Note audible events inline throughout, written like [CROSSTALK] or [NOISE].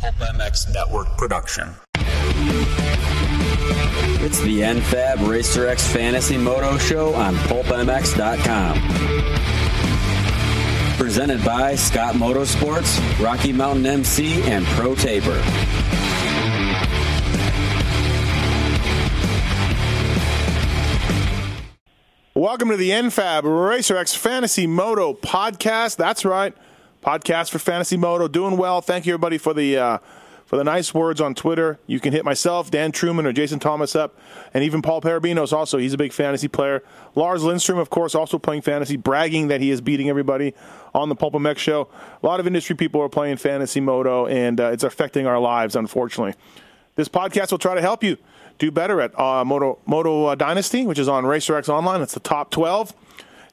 FMX Network production. It's the NFAB Racer X Fantasy Moto Show on PulpMX.com. Presented by Scott Motorsports, Rocky Mountain MC, and Pro Taper. Welcome to the NFAB Racer X Fantasy Moto Podcast. That's right, podcast for Fantasy Moto. Doing well. Thank you everybody for the uh, for the nice words on Twitter. You can hit myself, Dan Truman, or Jason Thomas up, and even Paul Parabinos. Also, he's a big fantasy player. Lars Lindstrom, of course, also playing fantasy, bragging that he is beating everybody on the Pulp Mech show. A lot of industry people are playing Fantasy Moto, and uh, it's affecting our lives, unfortunately. This podcast will try to help you do better at uh, Moto, Moto uh, Dynasty, which is on RacerX Online. It's the top 12.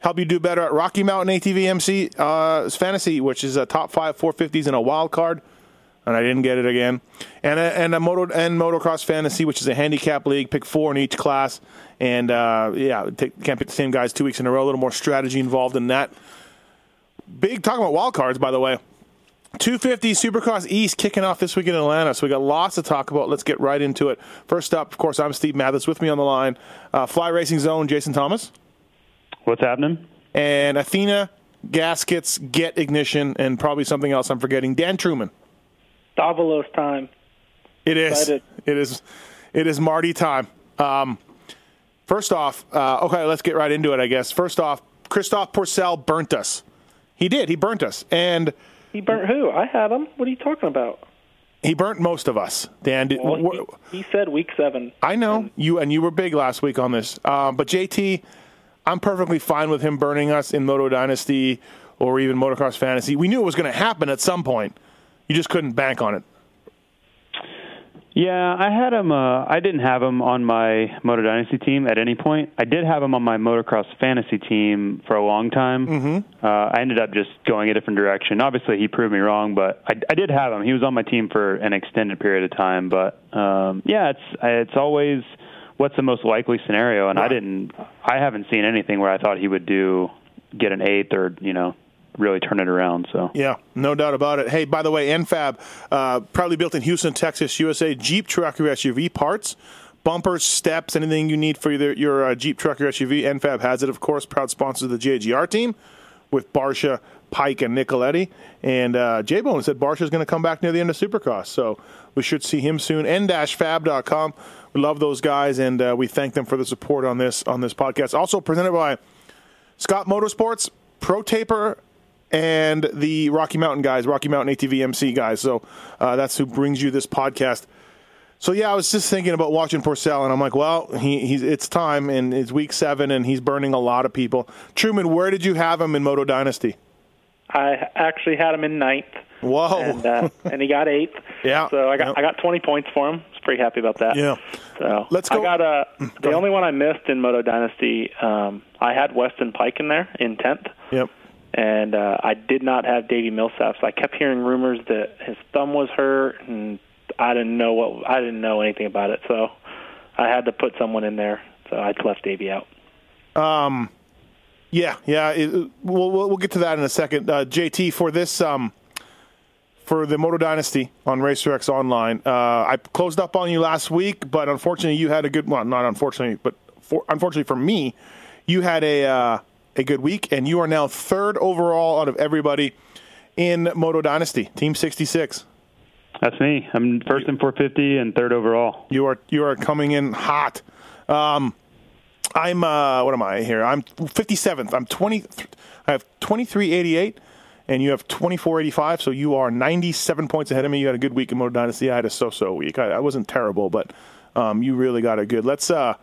Help you do better at Rocky Mountain ATV MC uh, Fantasy, which is a top five 450s and a wild card. And I didn't get it again. And a, and a moto and motocross fantasy, which is a handicap league, pick four in each class. And uh, yeah, take, can't pick the same guys two weeks in a row. A little more strategy involved in that. Big talking about wild cards, by the way. 250 Supercross East kicking off this week in Atlanta, so we got lots to talk about. Let's get right into it. First up, of course, I'm Steve Mathis. With me on the line, uh, Fly Racing Zone, Jason Thomas, What's happening? and Athena Gaskets, Get Ignition, and probably something else I'm forgetting. Dan Truman. Davalos time. It is. Excited. It is. It is Marty time. Um, first off, uh, okay, let's get right into it. I guess. First off, Christoph Porcel burnt us. He did. He burnt us, and He burnt who? I had him. What are you talking about? he burnt most of us. Dan, did, Well, wha- he, he said week seven. I know you, and you were big last week on this. Um, but JT, I'm perfectly fine with him burning us in Moto Dynasty or even Motocross Fantasy. We knew it was going to happen at some point. You just couldn't bank on it. Yeah, I had him. Uh, I didn't have him on my Moto Dynasty team at any point. I did have him on my motocross fantasy team for a long time. Mm-hmm. Uh, I ended up just going a different direction. Obviously, he proved me wrong, but I, I did have him. He was on my team for an extended period of time. But um, yeah, it's it's always what's the most likely scenario, and I didn't. I haven't seen anything where I thought he would do get an eighth or you know really turn it around. So Yeah, no doubt about it. Hey, by the way, NFAB, uh, proudly built in Houston, Texas, USA, Jeep, truck, or SUV parts, bumpers, steps, anything you need for your, your uh, Jeep, truck, or SUV. NFAB has it, of course. Proud sponsors of the JGR team with Barsha, Pike, and Nicoletti. And uh, J Bone said Barsha's going to come back near the end of Supercross, so we should see him soon. N-fab.com. We love those guys, and uh, we thank them for the support on this on this podcast. Also presented by Scott Motorsports, Pro Taper, and the Rocky Mountain guys, Rocky Mountain ATV MC guys. So uh, that's who brings you this podcast. So yeah, I was just thinking about watching Porcel, and I'm like, well, he, he's it's time, and it's week seven, and he's burning a lot of people. Truman, where did you have him in Moto Dynasty? I actually had him in ninth, Whoa, and uh, and he got eighth. [LAUGHS] Yeah, So I got yeah. I got 20 points for him. I was pretty happy about that. Yeah. So Let's go- I got uh, the only one I missed in Moto Dynasty. Um, I had Weston Pike in there in tenth. yep. and uh, I did not have Davey Millsap. So I kept hearing rumors that his thumb was hurt, and I didn't know what I didn't know anything about it. So I had to put someone in there. So I left Davey out. Yeah, yeah. It, we'll, we'll we'll get to that in a second. Uh, JT for this um, for the Moto Dynasty on RacerX Online. Uh, I closed up on you last week, but unfortunately, you had a good well, not unfortunately, but for, unfortunately for me, you had a uh, a good week, and you are now third overall out of everybody in Moto Dynasty Team sixty six. that's me. I'm first in 450 and third overall. You are you are coming in hot. Um, I'm uh, what am I here? I'm 57th. I'm 20. I have 2388, and you have 2485. So you are 97 points ahead of me. You had a good week in Moto Dynasty. I had a so-so week. I, I wasn't terrible, but um, you really got a good. Let's uh,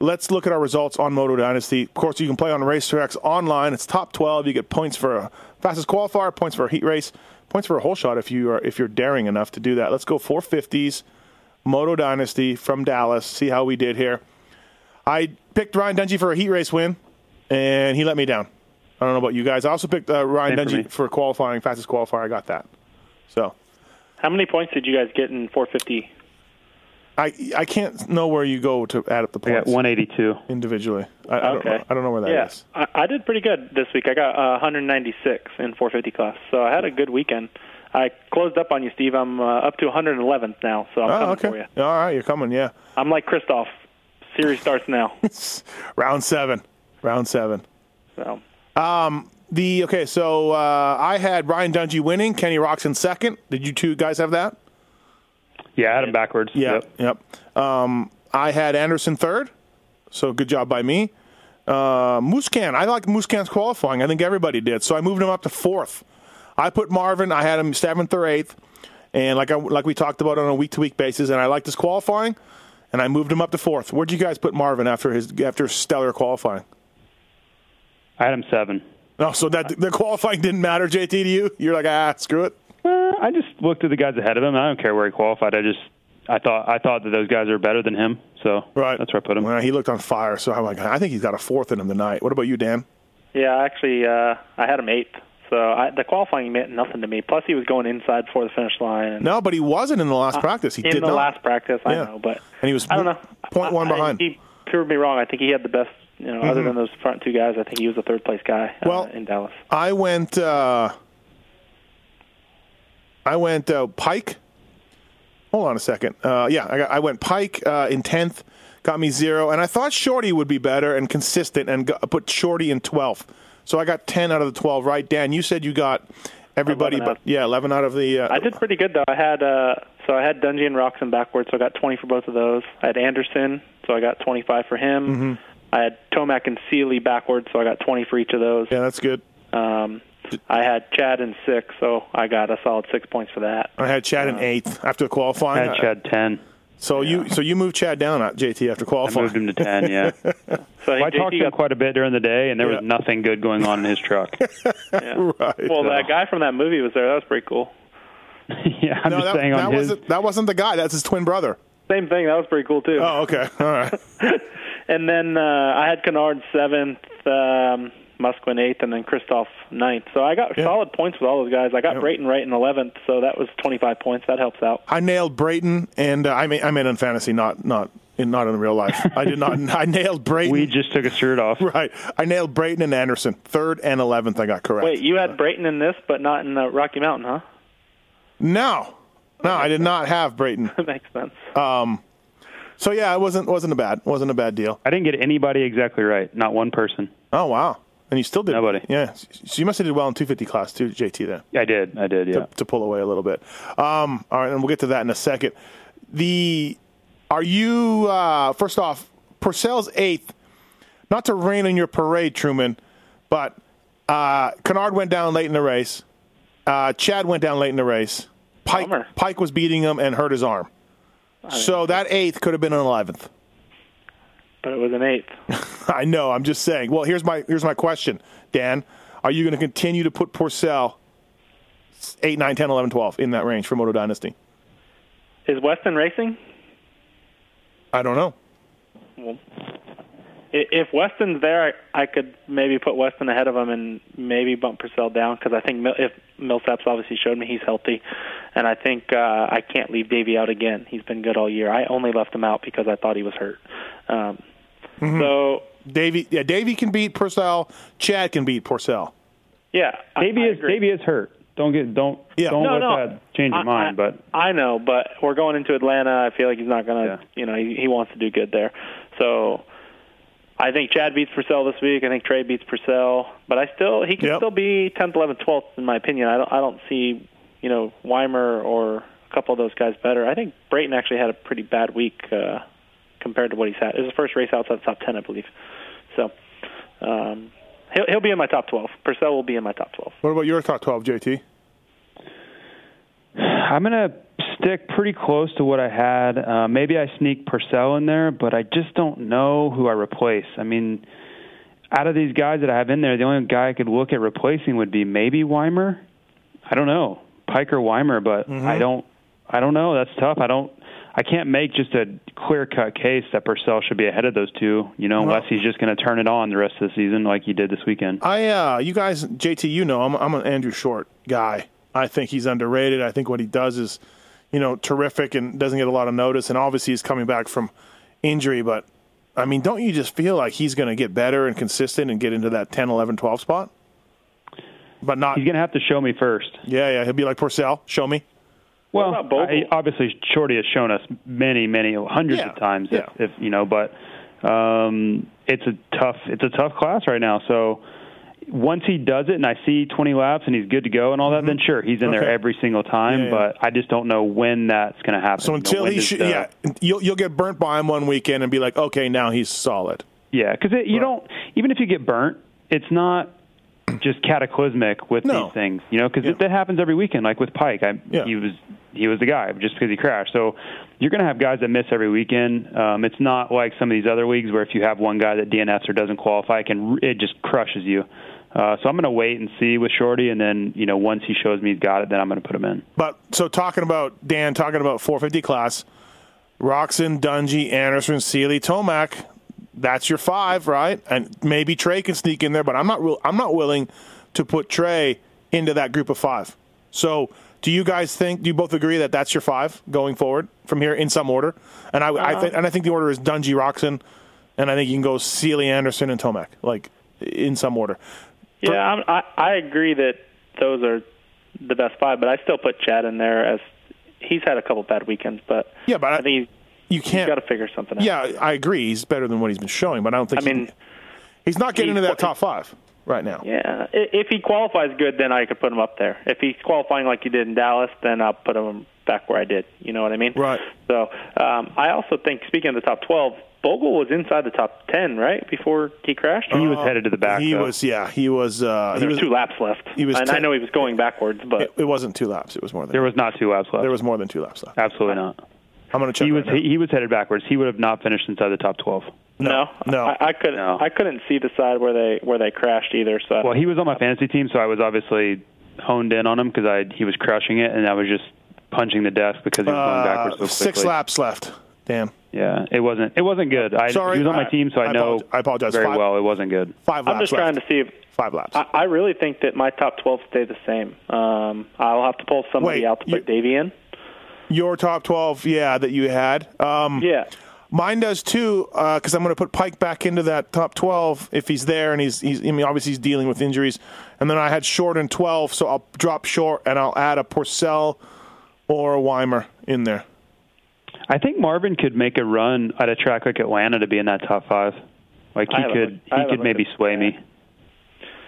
let's look at our results on Moto Dynasty. Of course, you can play on racetracks online. It's top 12. You get points for a fastest qualifier, points for a heat race, points for a whole shot if you are if you're daring enough to do that. Let's go 450s. Moto Dynasty from Dallas. See how we did here. I picked Ryan Dungey for a heat race win, and he let me down. I don't know about you guys. I also picked uh, Ryan Same for me. Dungey for qualifying, fastest qualifier. I got that. So How many points did you guys get in 450? I I can't know where you go to add up the I got points 182. individually. I, I, don't, Okay. know- I don't know where that is. yeah, I, I did pretty good this week. I got uh, 196 in 450 class, so I had a good weekend. I closed up on you, Steve. I'm uh, up to 111th now, so I'm Oh, coming okay. for you. All right, you're coming. Yeah, I'm like Kristoff. Series starts now. [LAUGHS] round seven. Round seven. So The okay, so uh, I had Ryan Dungey winning, Kenny Roxon second. Did you two guys have that? Yeah, I had him backwards. Yep. Yep. Um, I had Anderson third, so good job by me. Uh, Muscan, I like Muscan's qualifying. I think everybody did, so I moved him up to fourth. I put Marvin. I had him seventh or eighth, and like I like we talked about on a week to week basis. And I liked his qualifying, and I moved him up to fourth. Where'd you guys put Marvin after his after stellar qualifying? I had him seven. No, so that the qualifying didn't matter, JT. To you, you're like ah, screw it. Uh, I just looked at the guys ahead of him. I don't care where he qualified. I just I thought I thought that those guys are better than him. So Right. that's where I put him. Well, he looked on fire, so I'm like, I think he's got a fourth in him tonight. What about you, Dan? yeah, actually, uh, I had him eighth. So I, the qualifying meant nothing to me. Plus, he was going inside for the finish line. And No, but he wasn't in the last practice. He in did the not. last practice, I Yeah. know, but And he was I don't know. point one I- I- behind. Mm-hmm. He proved me wrong. I think he had the best. You know, other than those front two guys, I think he was the third place guy uh, Well- in Dallas. I went. Uh, I went uh, Pike. Hold on a second. Uh, yeah, I, got, I went Pike uh, in tenth, got me zero, and I thought Shorty would be better and consistent, and got, put Shorty in twelfth. So I got ten out of the twelve. Right, Dan? You said you got everybody, 11 but out. yeah, eleven out of the. Uh, I did pretty good though. I had uh so I had Dungy and Roxon backwards, so I got twenty for both of those. I had Anderson, so I got twenty five for him. Mm-hmm. I had Tomac and Sealy backwards, so I got twenty for each of those. Yeah, that's good. Um I had Chad in six, so I got a solid six points for that. I had Chad in eighth after I qualifying. had Chad ten. So you so you moved Chad down, uh, JT, after I qualifying. [LAUGHS] moved him to ten. Yeah. Well, So I JT talked to him got, quite a bit during the day, and there Yeah. was nothing good going on in [LAUGHS] his truck. [LAUGHS] right. well, that guy from that movie was there. That was pretty cool. yeah, I'm no, just that, saying that on his. wasn't that wasn't the guy. That's his twin brother. Same thing. That was pretty cool too. Oh, okay. [LAUGHS] All right. And then uh, I had Kennard seventh, um, Musquin eighth, and then Kristoff ninth. So I got Yeah. solid points with all those guys. I got Yeah. Brayton right in eleventh, so that was twenty five points. That helps out. I nailed Brayton, and uh, I mean, I meant in fantasy, not not in not in real life. I did not. [LAUGHS] I nailed Brayton. We just took his shirt off. right. I nailed Brayton and Anderson. Third and eleventh, I got correct. Wait, you had Brayton in this, but not in uh, Rocky Mountain, huh? [LAUGHS] No, no, I did not have Brayton. That makes sense. So yeah, it wasn't wasn't a bad wasn't a bad deal. I didn't get anybody exactly right. Not one person. Oh wow, and you still did Nobody. Yeah, so you must have did well in two fifty class too, JT. Then I did. I did. to, Yeah. to pull away a little bit. Um, all right, and we'll get to that in a second. The are you uh, first off Purcell's eighth? Not to rain on your parade, Truman, but uh, Kennard went down late in the race. Uh, Chad went down late in the race. Pike Bummer. Pike was beating him and hurt his arm. So that eighth could have been an eleventh. [LAUGHS] But it was an [LAUGHS] eighth. I know. I'm just saying. Well, here's my here's my question, Dan. Are you going to continue to put Porcel 8, 9, 10, 11, 12 in that range for Moto Dynasty? Is Weston racing? I don't know. I- If Weston's there, I, I could maybe put Weston ahead of him and maybe bump Purcell down because I think Mil- if Millsaps obviously showed me he's healthy, and I think uh, I can't leave Davy out again. He's been good all year. I only left him out because I thought he was hurt. Um, So Davy, yeah, Davy can beat Purcell. Chad can beat Purcell. yeah, I- Davey I is agree. Davey is hurt. Don't get don't Yeah. don't No, let no. that change your I- mind. I- But I know, but we're going into Atlanta. I feel like he's not going to, Yeah. you know, he, he wants to do good there. So I think Chad beats Purcell this week. I think Trey beats Purcell, but I still he can Yep. still be 10th, 11th, 12th in my opinion. I don't I don't see, you know, Weimer or a couple of those guys better. I think Brayton actually had a pretty bad week uh compared to what he's had. It was his first race outside the top 10, I believe. So um he'll he'll be in my top 12. Purcell will be in my top 12. What about your top 12, JT? I'm gonna stick pretty close to what I had. Uh, maybe I sneak Purcell in there, but I just don't know who I replace. I mean, out of these guys that I have in there, the only guy I could look at replacing would be maybe Weimer. I don't know Pike or Weimer, but I don't. I don't know. That's tough. I don't. I can't make just a clear cut case that Purcell should be ahead of those two. You know, unless he's just going to turn it on the rest of the season like he did this weekend. I, uh, you guys, JT, you know, I'm, I'm an Andrew Short guy. I think he's underrated. I think what he does is, you know, terrific and doesn't get a lot of notice. And obviously, he's coming back from injury. But, I mean, don't you just feel like he's going to get better and consistent and get into that 10, 11, 12 spot? But not. He's going to have to show me first. Yeah, yeah. He'll be like Purcell. Show me. Well, about Bogle? I, obviously Shorty has shown us many, many hundreds Yeah, of times, yeah. if, if you know. But um, it's a tough, it's a tough class right now. So once he does it, and I see 20 laps, and he's good to go, and all that, then sure, he's in there Mm-hmm. Okay. every single time. Yeah, yeah. But I just don't know when that's going to happen. So You know, until when he, does sh- the- yeah, you'll you'll get burnt by him one weekend and be like, okay, now he's solid. Yeah, because you Right. don't even if you get burnt, it's not just cataclysmic with No. these things, you know, because Yeah. that happens every weekend. Like with Pike, I, Yeah. he was he was the guy just because he crashed. So you're going to have guys that miss every weekend. Um, it's not like some of these other leagues where if you have one guy that DNFs or doesn't qualify, it can it just crushes you. Uh, so I'm going to wait and see with Shorty, and then you know once he shows me he's got it, then I'm going to put him in. But so talking about Dan, talking about 450 class, Roxon, Dungy, Anderson, Sealy, Tomac. That's your five, right? And maybe Trey can sneak in there, but I'm not real. I'm not willing to put Trey into that group of five. So, do you guys think? Do you both agree that that's your five going forward from here in some order? And I, I think, and I think the order is Dungy, Roxon, and I think you can go Sealy, Anderson, and Tomac, like in some order. Yeah, I'm, I I agree that those are the best five, but I still put Chad in there as he's had a couple bad weekends, but Yeah, but I- I think he's, You he's can't. got to figure something out. yeah, I agree. He's better than what he's been showing, but I don't I think. he- mean, He's not getting He's- into that top five right now. yeah, i- if he qualifies good, then I could put him up there. If he's qualifying like he did in Dallas, then I'll put him back where I did. You know what I mean? Right. So um, I also think, speaking of the top twelve, Bogle was inside the top ten, right, before he crashed. He was headed to the back. Uh, he though. was, yeah, he was. Uh, he there was. was two laps left. he was and I ten- know he was going backwards, but It, it wasn't two laps. It was more than. There was not two laps left. there was more than two laps left. absolutely not. I'm going to check. He was right now. he, he was headed backwards. He would have not finished inside the top 12. No, no. I, I couldn't. No. I couldn't see the side where they where they crashed either. So Well, he was on my fantasy team, so I was obviously honed in on him because I he was crushing it, and I was just punching the desk because he was going Uh, backwards so quickly. six laps left. Damn, Yeah, it wasn't it wasn't good. I, Sorry, he was on my I- team, so I, I know apologize- I apologize. very Five- well. It wasn't good. five I'm laps. just left. trying to see if five laps. I, I really think that my top 12 stay the same. Um, I'll have to pull somebody Wait, out to put you- Davy in. Your top twelve, yeah, that you had. Um, Yeah, Mine does too, because I'm going to put Pike back into that top 12 if he's there, and he's, he's I mean obviously he's dealing with injuries, and then I had Short in 12, so I'll drop Short and I'll add a Porcel or a Weimer in there. I think Marvin could make a run at a track like Atlanta to be in that top five. Like I he haven't could looked- I he haven't could looked maybe at- sway me.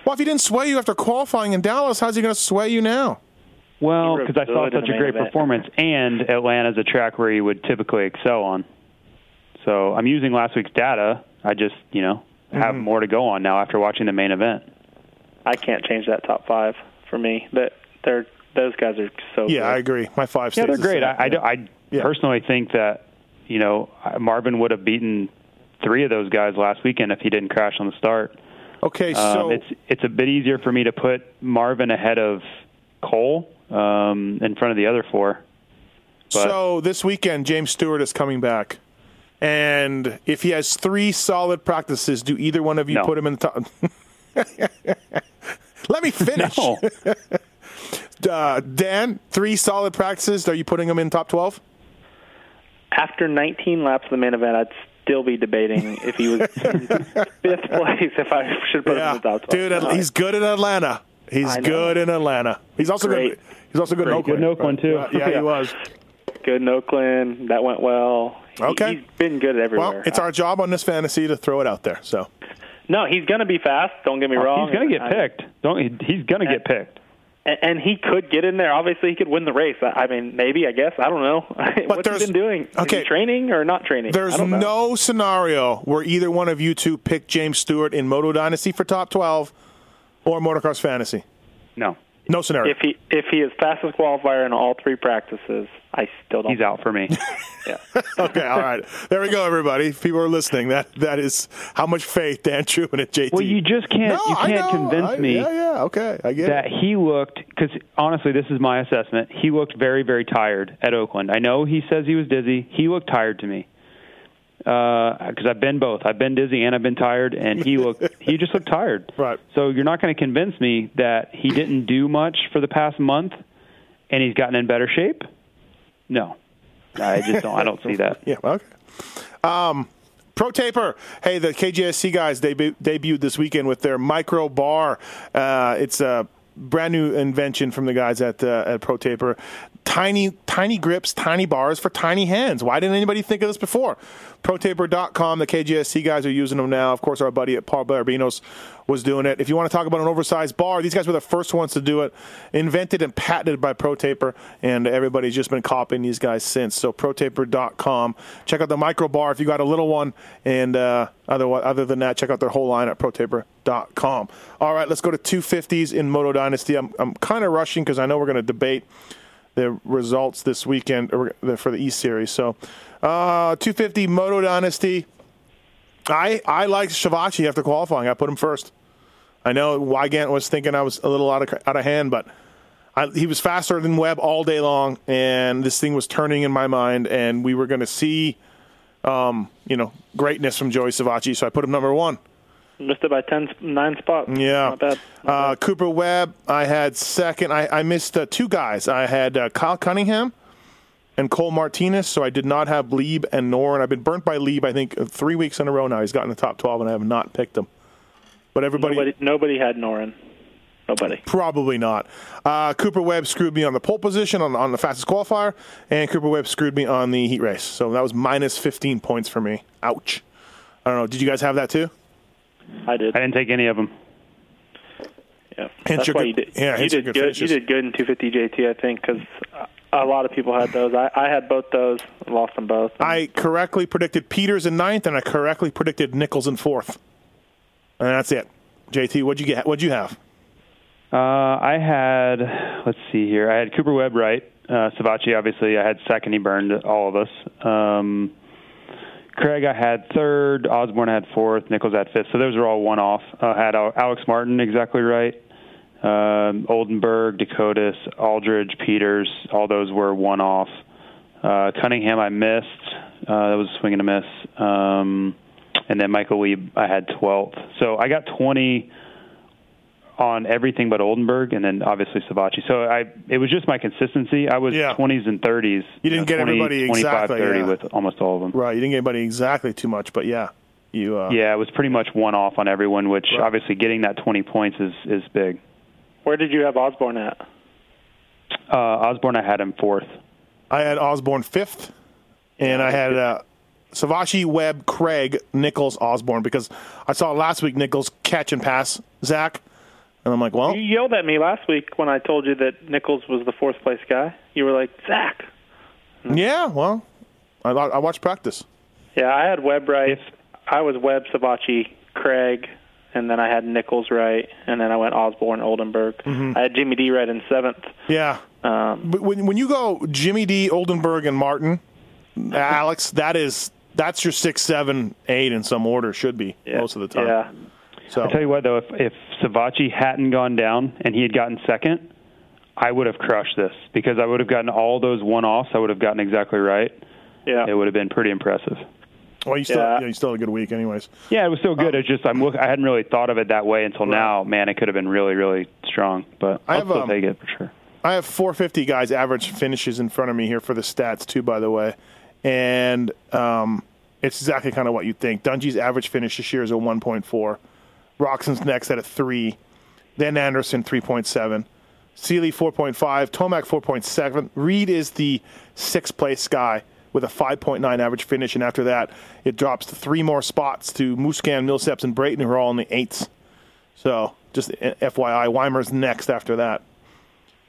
Well, if he didn't sway you after qualifying in Dallas, how's he going to sway you now? Well, He wrote because I saw good in such a the main great event. performance, and Atlanta's a track where he would typically excel on. So I'm using last week's data. I just you know Mm-hmm. have more to go on now after watching the main event. I can't change that top five for me. That they're those guys are so. Yeah, I good. agree. My five. Yeah, stays they're the great. same. I, I, do- I Yeah. personally think that you know Marvin would have beaten three of those guys last weekend if he didn't crash on the start. okay, Um, so it's it's a bit easier for me to put Marvin ahead of Cole um, in front of the other [LAUGHS] four. but- so this weekend James Stewart is coming back, and if he has three solid practices, do either one of you No. put him in the top? [LAUGHS] Let me finish. No, Uh, Dan, three solid practices. Are you putting him in top twelve? After 19 laps of the main event, I'd still be debating if [LAUGHS] he was in fifth place if I should put him in the top 12. dude, No, I- he's good in Atlanta. He's I know. good in Atlanta. He's also Great. good. He's also good in good Oakland. in Oakland too. Uh, [LAUGHS] yeah, he was. good in Oakland. That went well. He- Okay. he's been good everywhere. Well, it's our job on this fantasy to throw it out there. So no, he's going to be fast. Don't Oh, get me wrong. he's gonna get I- picked. Don't he- he's gonna get picked. and, and he could get in there. Obviously, he could win the race. I, I mean, maybe I guess I don't know. [LAUGHS] What's there's- he been doing? Is he okay. training or not training? I There's don't know. no scenario where either one of you two pick James Stewart in Moto Dynasty for top 12 or Motocross Fantasy. No, No scenario. if he if he is fastest qualifier in all three practices. I still don't. he's out for [LAUGHS] me. [LAUGHS] okay, all right. There we go, everybody. If people are listening, that that is how much faith Dan Truman and JT. well, you just can't no, you I can't know. convince I- me. Yeah, yeah. Okay, I get that it. he looked because honestly, this is my assessment. He looked very, very tired at Oakland. I know he says he was dizzy. He looked tired to me because I've been both. I've been dizzy and I've been tired, and he looked. [LAUGHS] he just looked tired. Right. So you're not going to convince me that he didn't do much for the past month, and he's gotten in better shape. No, I just don't. I don't see that. [LAUGHS] Yeah. Okay. Um, Pro Taper. Hey, the KJSC guys they debuted this weekend with their micro bar. Uh, it's a brand new invention from the guys at uh, at Pro Taper. Tiny tiny grips, tiny bars for tiny hands. Why didn't anybody think of this before? ProTaper.com. The KGSC guys are using them now. Of course, our buddy at Paul Barbinos was doing it. If you want to talk about an oversized bar, these guys were the first ones to do it. Invented and patented by ProTaper, and everybody's just been copying these guys since. So ProTaper.com. Check out the micro bar if you got a little one, and uh, other other than that, check out their whole line at ProTaper.com. All right, let's go to 250s in Moto Dynasty. I'm I'm kind of rushing because I know we're going to debate the results this weekend or the- for the E Series. So, uh, 250 Moto Dynasty. I I liked Shivachi after qualifying. I put him first. I know Wygant was thinking I was a little out of out of hand, but I, he was faster than Webb all day long, and this thing was turning in my mind, and we were going to see, um, you know, greatness from Joey Savacci. So I put him number one. Missed it by ten, nine spots. Yeah. Not bad. Uh, Cooper Webb, I had second. I, I missed uh, two guys. I had uh, Kyle Cunningham and Cole Martinez, so I did not have Lieb and Nor. And I've been burnt by Lieb, I think, uh, three weeks in a row now. He's gotten the top 12, and I have not picked him. But everybody, Nobody, nobody had Norin. Nobody. probably not. Uh, Cooper Webb screwed me on the pole position on, on the fastest qualifier, and Cooper Webb screwed me on the heat race. So that was minus 15 points for me. Ouch. I don't know. Did you guys have that too? I did. I didn't take any of them. Yeah. Hence That's your why good- you did. yeah, you hence your did good good. finishes. You did good in 250 JT, I think, because a lot of people had those. I, I had both those. Lost them both. I correctly predicted Peters in ninth, and I correctly predicted Nichols in fourth. And that's it. JT, what'd you get? What'd you have? Uh, I had, let's see here, I had Cooper Webb right, uh, Savachi obviously. I had second, he burned all of us. Um, Craig, I had third. Osborne had fourth. Nichols had fifth. So those were all one off. I uh, had Al- Alex Martin exactly right. Um, Oldenburg, Dakotas, Aldridge, Peters, all those were one off. Uh, Cunningham, I missed. Uh, that was a swing and a miss. Um, and then Michael Lee, I had 12th. So I got 20 on everything but Oldenburg, and then obviously Savachi. So I, it was just my consistency. I was Yeah. 20s and 30s. You didn't get everybody 25, exactly, 30 yeah. with almost all of them. Right, you didn't get anybody exactly too much, but yeah, you. Uh, Yeah, it was pretty much one off on everyone, which obviously getting that 20 points is is big. Where did you have Osborne at? Uh, Osborne, I had him fourth. I had Osborne fifth, and I had uh, Savashi, Webb, Craig, Nichols, Osborne because I saw last week Nichols catch and pass Zach, and I'm like, well, You yelled at me last week when I told you that Nichols was the fourth place guy. You were like Zach. yeah, well, I, I watched practice. Yeah, I had Webb right. Yes. I was Webb, Savachi, Craig, and then I had Nichols right, and then I went Osborne, Oldenburg. Mm-hmm. I had Jimmy D right in seventh. Yeah. Um, but when when you go Jimmy D, Oldenburg, and Martin, Alex, that is that's your six, seven, eight in some order should be most of the time. Yeah. So I tell you what, though, if if Savachi hadn't gone down and he had gotten second, I would have crushed this because I would have gotten all those one offs. I would have gotten exactly right. Yeah. It would have been pretty impressive. well, you still Yeah. yeah, you still had a good week, anyways. Yeah, it was still good. It's just I'm look, I hadn't really thought of it that way until now. Man, it could have been really, really strong, but I I'll have, still um, take it for sure. I have 450 guys average finishes in front of me here for the stats too, by the way, and um, it's exactly kind of what you think. Dungy's average finish this year is a 1.4. Roxon's next at a three, then Anderson 3.7, Sealy 4.5, Tomac 4.7. Reed is the sixth place guy with a 5.9 average finish, and after that, it drops to three more spots to Muscan, Millsaps, and Brayton, who are all in the eights. So, just FYI, Weimer's next after that.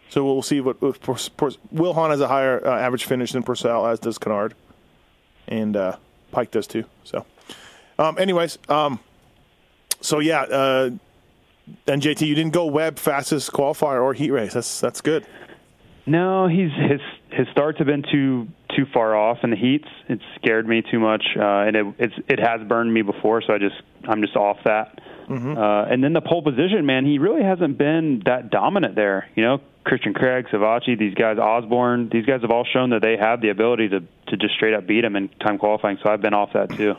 So we'll see what if Purs- Purs- Will Hahn has a higher uh, average finish than Purcell, as does Kennard, and uh, Pike does too. So, um, anyways, um, so yeah, uh, and JT, you didn't go Webb fastest qualifier or heat race. That's that's good. No, he's his his starts have been too too far off in the heats. It scared me too much, uh, and it it's, it has burned me before. So I just I'm just off that. Uh, and then the pole position, man, he really hasn't been that dominant there. You know, Christian Craig, Savachi, these guys, Osborne, these guys have all shown that they have the ability to to just straight up beat him in time qualifying. So I've been off that too.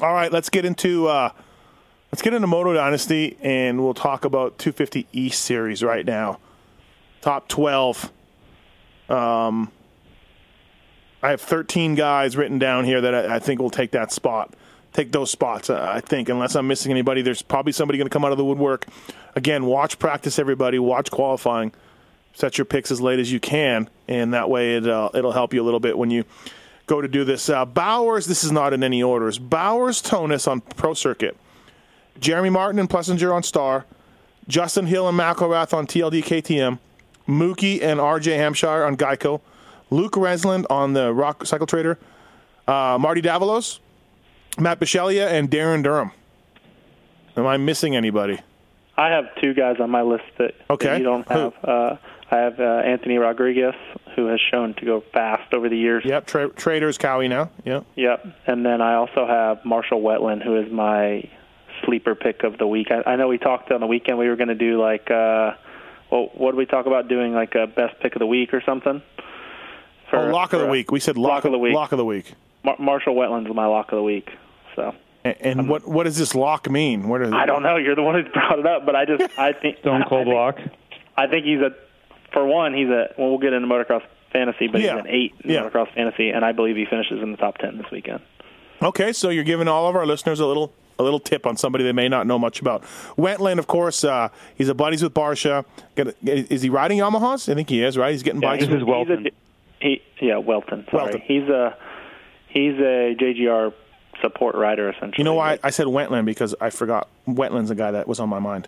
All right, let's get into uh, let's get into Moto Dynasty, and we'll talk about 250 East Series right now. Top Um, 12. Um, I have 13 guys written down here that I, I think will take that spot. take those spots. uh, I think, unless I'm missing anybody, there's probably somebody going to come out of the woodwork. Again, watch practice, everybody. Watch qualifying. Set your picks as late as you can, and that way it uh, it'll help you a little bit when you go to do this. Uh, Bowers, this is not in any orders. Bowers, Tonus on Pro Circuit. Jeremy Martin and Plessinger on Star. Justin Hill and McElrath on TLD KTM. Mookie and RJ Hampshire on Geico. Luke Resland on the Rock Cycle Trader. Uh, Marty Davalos, Matt Bichelia, and Darren Durham. Am I missing anybody? I have two guys on my list that, that Okay. you don't Who? have. Uh, I have uh, Anthony Rodriguez, who has shown to go fast over the years. Yep, tra- Traders Cowie now. Yep. Yep. And then I also have Marshall Wetland, who is my sleeper pick of the week. I, I know we talked on the weekend we were going to do like, uh, well, what did we talk about doing like a best pick of the week or something? oh, lock of the week. We said lock, lock of the week. Lock of the week. Mar- Marshall Wetland's my lock of the week. So And, and what what does this lock mean? Where does I don't know. You're the one who brought it up, but I just I think Stone I Cold think- Lock. I think he's a, for one, he's a. Well, we'll get into motocross fantasy, but Yeah. he's an eight in Yeah. motocross fantasy, and I believe he finishes in the top ten this weekend. Okay, so you're giving all of our listeners a little a little tip on somebody they may not know much about. Wentland, of course, uh, he's a buddies with Barsha. Gonna- Is he riding Yamahas? I think he is, right? He's getting bikes. This is Welton. He's a, he, yeah, Welton. Sorry, Welton. he's a he's a JGR support rider essentially. you know why I said Wentland because I forgot Wentland's a guy that was on my mind.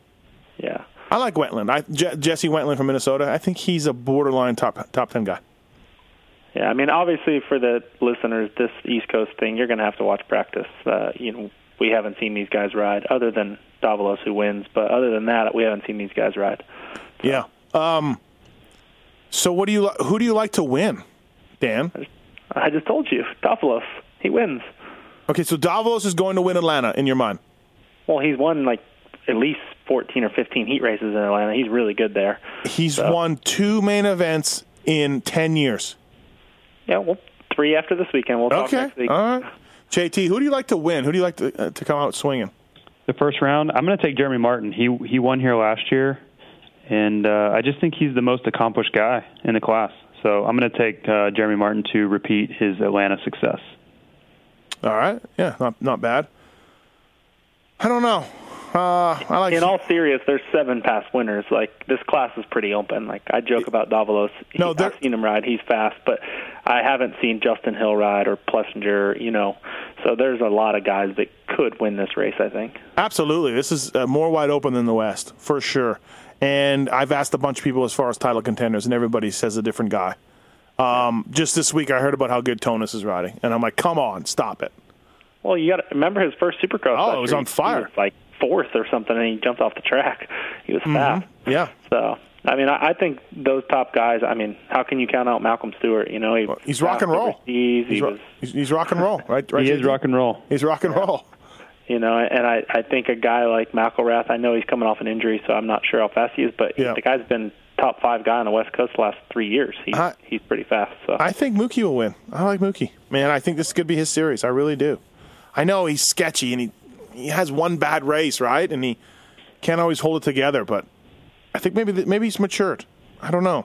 Yeah. I like Wentland. I, Je- Jesse Wentland from Minnesota. I think he's a borderline top top ten guy. Yeah, I mean, obviously for the listeners, this East Coast thing, you're going to have to watch practice. Uh, you know, we haven't seen these guys ride, other than Davalos who wins, but other than that, we haven't seen these guys ride. Yeah. Um. So what do you li- who do you like to win, Dan? I just told you, Davalos, he wins. Okay, so Davos is going to win Atlanta in your mind. Well, he's won like at least 14 or 15 heat races in Atlanta. He's really good there. He's won two main events in ten years. Yeah, well, three after this weekend. We'll talk Okay. next week. All right. JT, who do you like to win? Who do you like to, uh, to come out swinging? The first round, I'm going to take Jeremy Martin. He he won here last year, and uh, I just think he's the most accomplished guy in the class. So I'm going to take uh, Jeremy Martin to repeat his Atlanta success. All right. Yeah, not not bad. I don't know. Uh, I like In all serious, there's seven past winners. Like this class is pretty open. Like I joke about Davalos. He- No, there- I've seen him ride. He's fast, but I haven't seen Justin Hill ride or Plessinger. You know, so there's a lot of guys that could win this race. I think. absolutely. This is uh, more wide open than the West for sure. And I've asked a bunch of people as far as title contenders, and everybody says a different guy. Um, just this week, I heard about how good Tonus is riding, and I'm like, come on, stop it. Well, you got to remember his first Supercross. Oh, last it was year, on he- he fire. was, like fourth or something, and he jumped off the track. He was fast. Mm-hmm. Yeah, So. I mean, I I think those top guys. I mean, how can you count out Malcolm Stewart? You know, he, he's rock and roll. He's, he he's, ro- was he's, he's rock and roll, right? right He is JT? rock and roll. He's rock and roll. you know, and I, I think a guy like McElrath, I know he's coming off an injury, so I'm not sure how fast he is, but Yeah. the guy's been top five guy on the West Coast the last three years. He's I- he's pretty fast. So I think Mookie will win. I like Mookie. Man, I think this could be his series. I really do. I know he's sketchy and he he has one bad race, right? And he can't always hold it together, but I think maybe th- maybe he's matured. I don't know.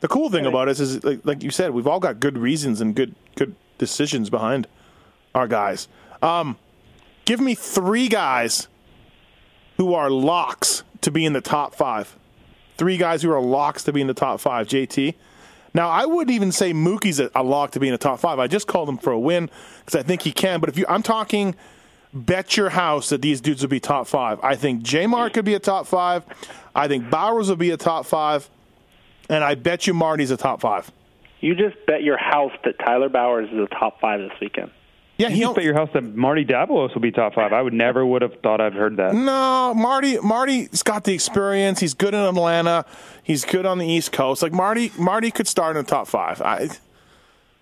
The cool thing about us is like, like you said, we've all got good reasons and good good decisions behind our guys. Um, give me 3 guys who are locks to be in the top 5. 3 guys who are locks to be in the top 5, JT. Now, I wouldn't even say Mookie's a, a lock to be in the top five. I just called him for a win because I think he can. But if you, I'm talking, bet your house that these dudes will be top five. I think Jamar could be a top five. I think Bowers will be a top five, and I bet you Marty's a top five. you just bet your house that Tyler Bowers is a top five this weekend. Yeah, You he just bet your house that Marty Davalos will be top five. I would never would have thought I've heard that. No, Marty. Marty's got the experience. He's good in Atlanta. He's good on the East Coast. Like Marty, Marty could start in the top five. I,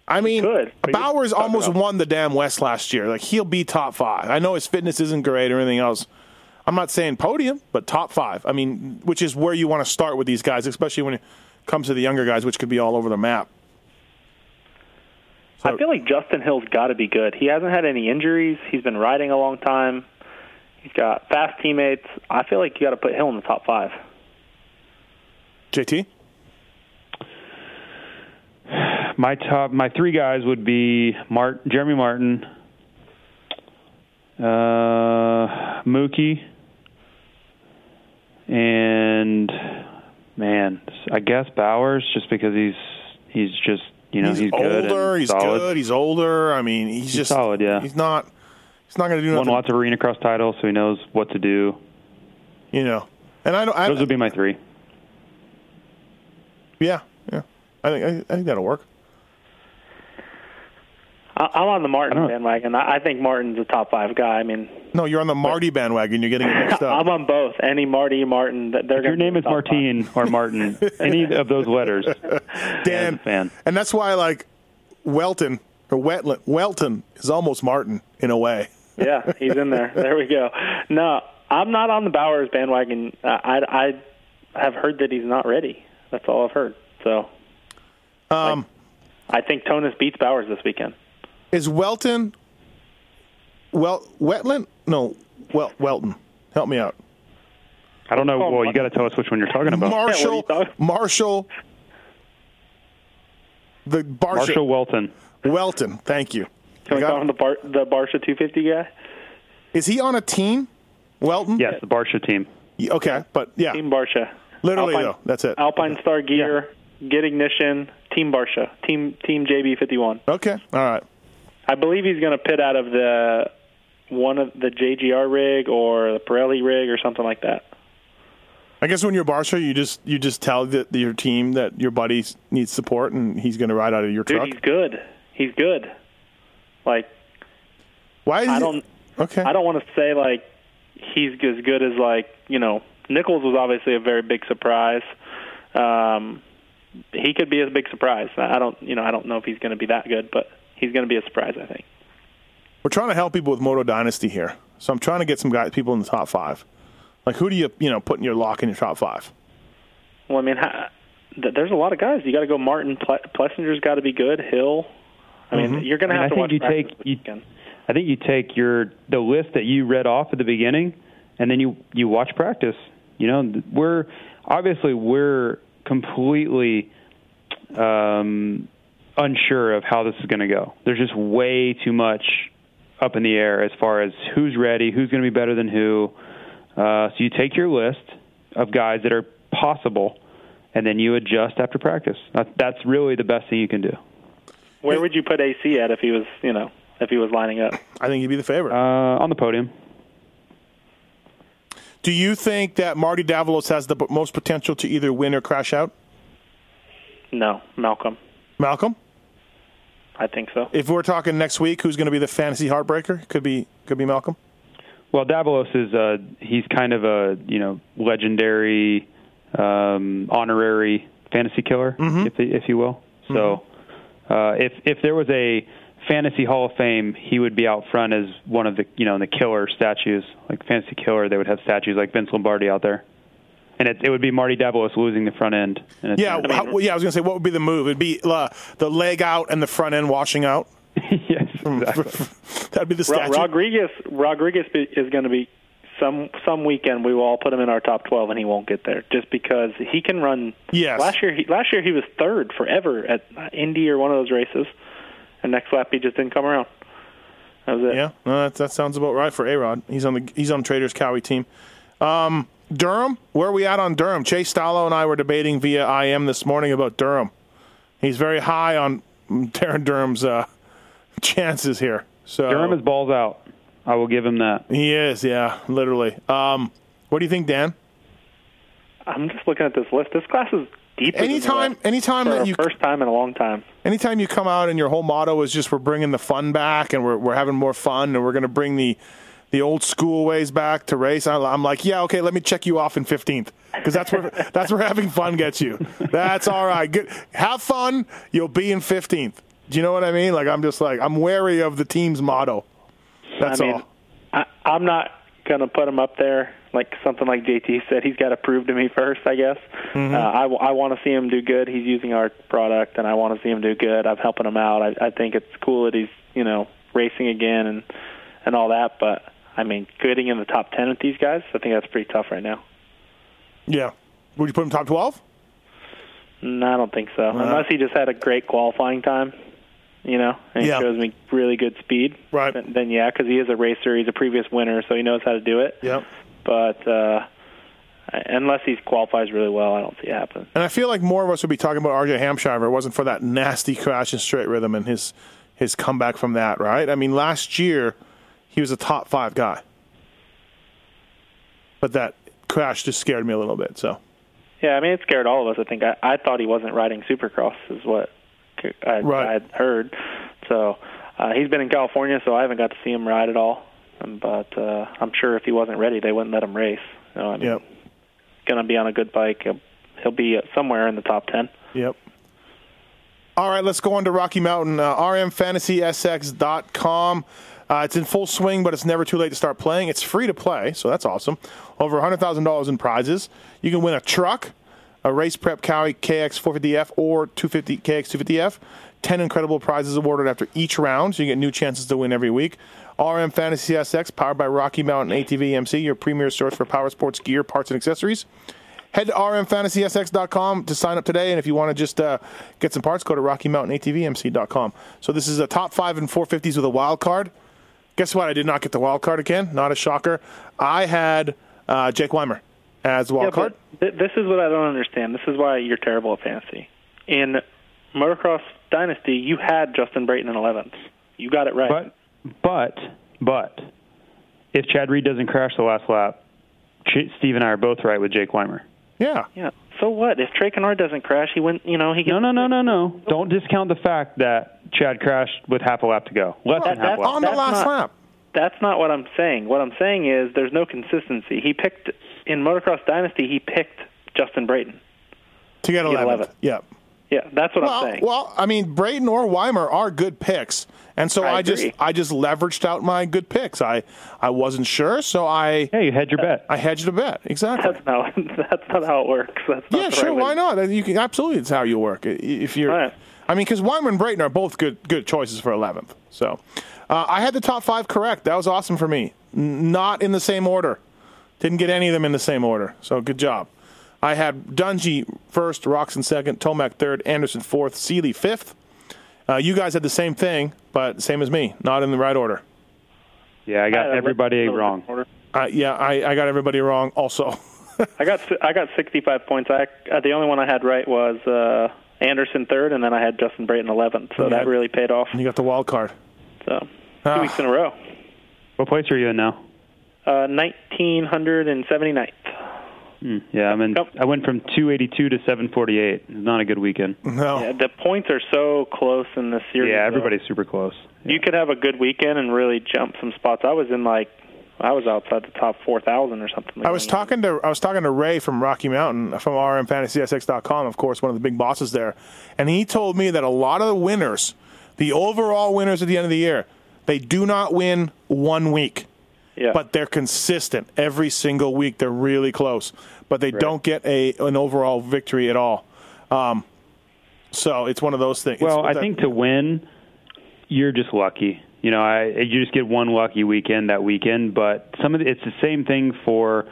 I mean, could, but you- Bowers almost won the damn West last year. Like he'll be top five. I know his fitness isn't great or anything else. I'm not saying podium, but top five. I mean, which is where you want to start with these guys, especially when it comes to the younger guys, which could be all over the map. So- I feel like Justin Hill's got to be good. He hasn't had any injuries. He's been riding a long time. He's got fast teammates. I feel like you got to put Hill in the top five. JT. My top, my three guys would be Mart, Jeremy Martin, uh, Mookie, and man, I guess Bowers just because he's he's just you know he's, he's, good older. and he's solid. good. He's older. I mean, he's, just solid, yeah. He's not. He's not going to do Won nothing. lots of arena cross titles, so he knows what to do. You know. And I don't. I, Those would be my three. yeah, yeah. I think. I, I think that'll work. I- I'm on the Martin I don't- bandwagon. I I think Martin's a top five guy. I mean, No, you're on the Marty bandwagon. You're getting it mixed up. [LAUGHS] I'm on both. Any Marty, Martin. th- They're If your gonna be name the is top five. Martine or [LAUGHS] Martin, any of those letters, Dan, fan. and that's why like Welton or Wetland Welton is almost Martin in a way. yeah, he's in there. There we go. No, I'm not on the Bowers bandwagon. Uh, I I have heard that he's not ready. That's all I've heard. So Um, I think Tonis beats Bowers this weekend. is Welton well Wetland? No, well Welton. Help me out. I don't know. Oh, Well, you what- got to tell us which one you're talking about. Marshall Yeah, what are you talking- Marshall the Marshall Marshall Welton. Welton. Thank you. I Can we got- call him the Bar- the Barsha 250 guy? Is he on a team? Welton? Yes, the Barsha team. Y- Okay, but yeah, Team Barsha. literally Alpine, though. That's it. Alpine Star Gear. Get ignition. Team Barsha. Team Team JB 51. Okay. All right. I believe he's going to pit out of the one of the JGR rig or the Pirelli rig or something like that. I guess when you're Barsha, you just you just tell the, your team that your buddy s- needs support and he's going to ride out of your Dude, truck. he's good. He's good. Like Why? Is I he- don't Okay. I don't want to say like he's as good as like you know Nichols was obviously a very big surprise. Um, he could be a big surprise. I don't you know I don't know if he's going to be that good, but he's going to be a surprise. I think. We're trying to help people with Moto Dynasty here, so I'm trying to get some guys, people in the top five. Like, who do you you know put in your lock in your top five? Well, I mean, ha- th- there's a lot of guys. You got to go. Martin Ple- Plessinger's got to be good. Hill. I mean, you're going Mm-hmm. I mean, to have I to think watch you practice take- this you- weekend. I think you take your the list that you read off at the beginning, and then you you watch practice. You know, th- we're obviously we're completely um, unsure of how this is going to go. There's just way too much up in the air as far as who's ready, who's going to be better than who. Uh, so you take your list of guys that are possible, and then you adjust after practice. That, that's really the best thing you can do. Where would you put AC at if he was you know if he was lining up? I think he'd be the favorite. Uh, on the podium. do you think that Marty Davalos has the p- most potential to either win or crash out? No, Malcolm. Malcolm, I think so. if we're talking next week, who's going to be the fantasy heartbreaker? Could be could be Malcolm. Well, Davalos is uh, he's kind of a you know legendary, um, honorary fantasy killer, if if you will. So, uh, if if there was a fantasy Hall of Fame, he would be out front as one of the you know the killer statues, like fantasy killer. They would have statues like Vince Lombardi out there, and it, it would be Marty Davalos losing the front end. And it's- Yeah, how- well, yeah. I was going to say, what would be the move? It'd be uh, the leg out and the front end washing out. [LAUGHS] yes, exactly. [LAUGHS] That'd be the Ro- statue. Rodriguez Rodriguez be- is going to be some some weekend we will all put him in our top 12 and he won't get there just because he can run Yes. last year he last year he was third forever at uh, Indy or one of those races and next lap he just didn't come around that was it Yeah, no, that, that sounds about right for A Rod. He's on the he's on Traders Cowie team. Um, Durham, where are we at on Durham? Chase Stallo and I were debating via IM this morning about Durham. He's very high on Darren Durham's uh, [LAUGHS] chances here. So Durham is balls out. I will give him that. he is, yeah, literally. Um, what do you think, Dan? I'm just looking at this list this class is deep as Anytime, it's anytime for that the you first time in a long time anytime you come out and your whole motto is just we're bringing the fun back and we're we're having more fun and we're going to bring the the old school ways back to race. I- I'm like, yeah, okay, let me check you off in 15th because that's [LAUGHS] where that's where having fun gets you. That's all right. Good, have fun. You'll be in 15th. Do you know what I mean? Like, I'm just like I'm wary of the team's motto. That's I mean all. I, I'm not gonna put him up there like something like JT said. He's got to prove to me first, I guess. Uh, I, want to see him do good. He's using our product, and I want to see him do good. I'm helping him out. I, I think it's cool that he's you know racing again and and all that. But I mean, getting in the top ten with these guys, I think that's pretty tough right now. Yeah. Would you put him top 12? Mm, No, I don't think so. Unless he just had a great qualifying time. you know, and Yeah. he shows me really good speed, Right. Then, then yeah, because he is a racer, he's a previous winner, so he knows how to do it. Yep. But uh, unless he qualifies really well, I don't see it happen. And I feel like more of us would be talking about RJ Hampshire if it wasn't for that nasty crash in straight rhythm and his his comeback from that, right? I mean, last year he was a top five guy, but that crash just scared me a little bit. So Yeah, I mean, it scared all of us. I think I, I thought he wasn't riding Supercross, is what c- I, Right. I had heard. So uh, he's been in California, so I haven't got to see him ride at all. Um, But uh, I'm sure if he wasn't ready, they wouldn't let him race. So, I mean, yep, gonna be on a good bike. He'll- He'll be uh, somewhere in the top ten. yep. All right, let's go on to Rocky Mountain. Uh, RMFantasySX.com. Uh, it's in full swing, but it's never too late to start playing. It's free to play, so that's awesome. Over $100,000 in prizes. You can win a truck, a race prep Cowie KX450F or 250 KX250F. 10 incredible prizes awarded after each round, so you get new chances to win every week. RM Fantasy SX, powered by Rocky Mountain ATV MC, your premier source for power sports gear, parts, and accessories. Head to rmfantasysx.com to sign up today, and if you want to just uh, get some parts, go to rockymountainatvmc.com. So this is a top five and 450s with a wild card. Guess what? I did not get the wild card again. Not a shocker. I had uh, Jake Weimer as the wild card. but th- this is what I don't understand. This is why you're terrible at fantasy. In motocross dynasty, you had Justin Brayton in 11th. You got it right. But, but, but, if Chad Reed doesn't crash the last lap, Ch- Steve and I are both right with Jake Weimer. Yeah. Yeah. So what if Trey Kennard doesn't crash? He went. You know, he No, gets- no, no, no, no. Don't discount the fact that Chad crashed with half a lap to go. Less than half a That- that's- lap. on the that's last not- lap. That's not what I'm saying. What I'm saying is there's no consistency. He picked in motocross dynasty. He picked Justin Brayton. to get 11th. 11th. Yeah. Yeah, that's what I'm Well, saying. well, I mean, Braden or Weimer are good picks, and so I, I just agree. I just leveraged out my good picks. I I wasn't sure, so I Yeah, you had your bet. I hedged a bet. Exactly. that's not. [LAUGHS] That's not how it works. That's not yeah, the sure. right way why to- not? You can absolutely. It's how you work. I- If you're, Right. I mean, because Weimer and Brayton are both good good choices for 11th. So uh, I had the top five correct. That was awesome for me. N- not in the same order. Didn't get any of them in the same order. So good job. I had Dungy first, Roxon second, Tomac third, Anderson fourth, Seeley fifth. Uh, you guys had the same thing, but same as me, not in the right order. Yeah, I got I- everybody wrong. Uh, yeah, I, I got everybody wrong also. [LAUGHS] I got I got 65 points. I uh, the only one I had right was uh, Anderson third, and then I had Justin Brayton 11th. So Yeah. that really paid off. you got the wild card. So Ah. two weeks in a row. What place are you in now? Uh, 1979th. Hmm, Yeah, I'm in. Nope. I went from 282 to 748. It's not a good weekend. No. Yeah, the points are so close in this series. Yeah, though. everybody's super close. You could have a good weekend and really jump some spots. I was in like I was outside the top 4,000 or something. I was talking to I was talking to Ray from Rocky Mountain from rmfantasysx.com, of course, one of the big bosses there, and he told me that a lot of the winners, the overall winners at the end of the year, they do not win one week, Yeah. but they're consistent every single week. They're really close, but they don't get a an overall victory at all. Um, so it's one of those things. Well, It's I that- think to win, you're just lucky. You know, I you just get one lucky weekend that weekend. But some of the, it's the same thing for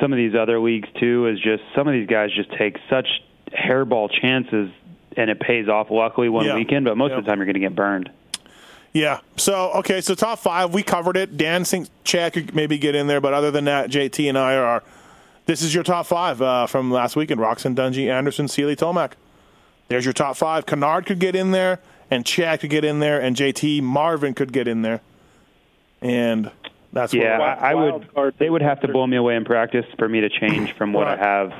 some of these other leagues too. Is just some of these guys just take such hairball chances, and it pays off luckily one Yeah. weekend. But most Yeah. of the time, you're going to get burned. Yeah. So okay. So top five, we covered it. Dan thinks Chad could maybe get in there, but other than that, JT and I are. This is your top five uh, from last weekend: Roxon, Dungy, Anderson, Sealy, Tomac. There's your top five. Kennard could get in there, and Chad could get in there, and JT Marvin could get in there, and that's Yeah, Where I, I wild would. card They would have to blow me away in practice for me to change from what I Right. have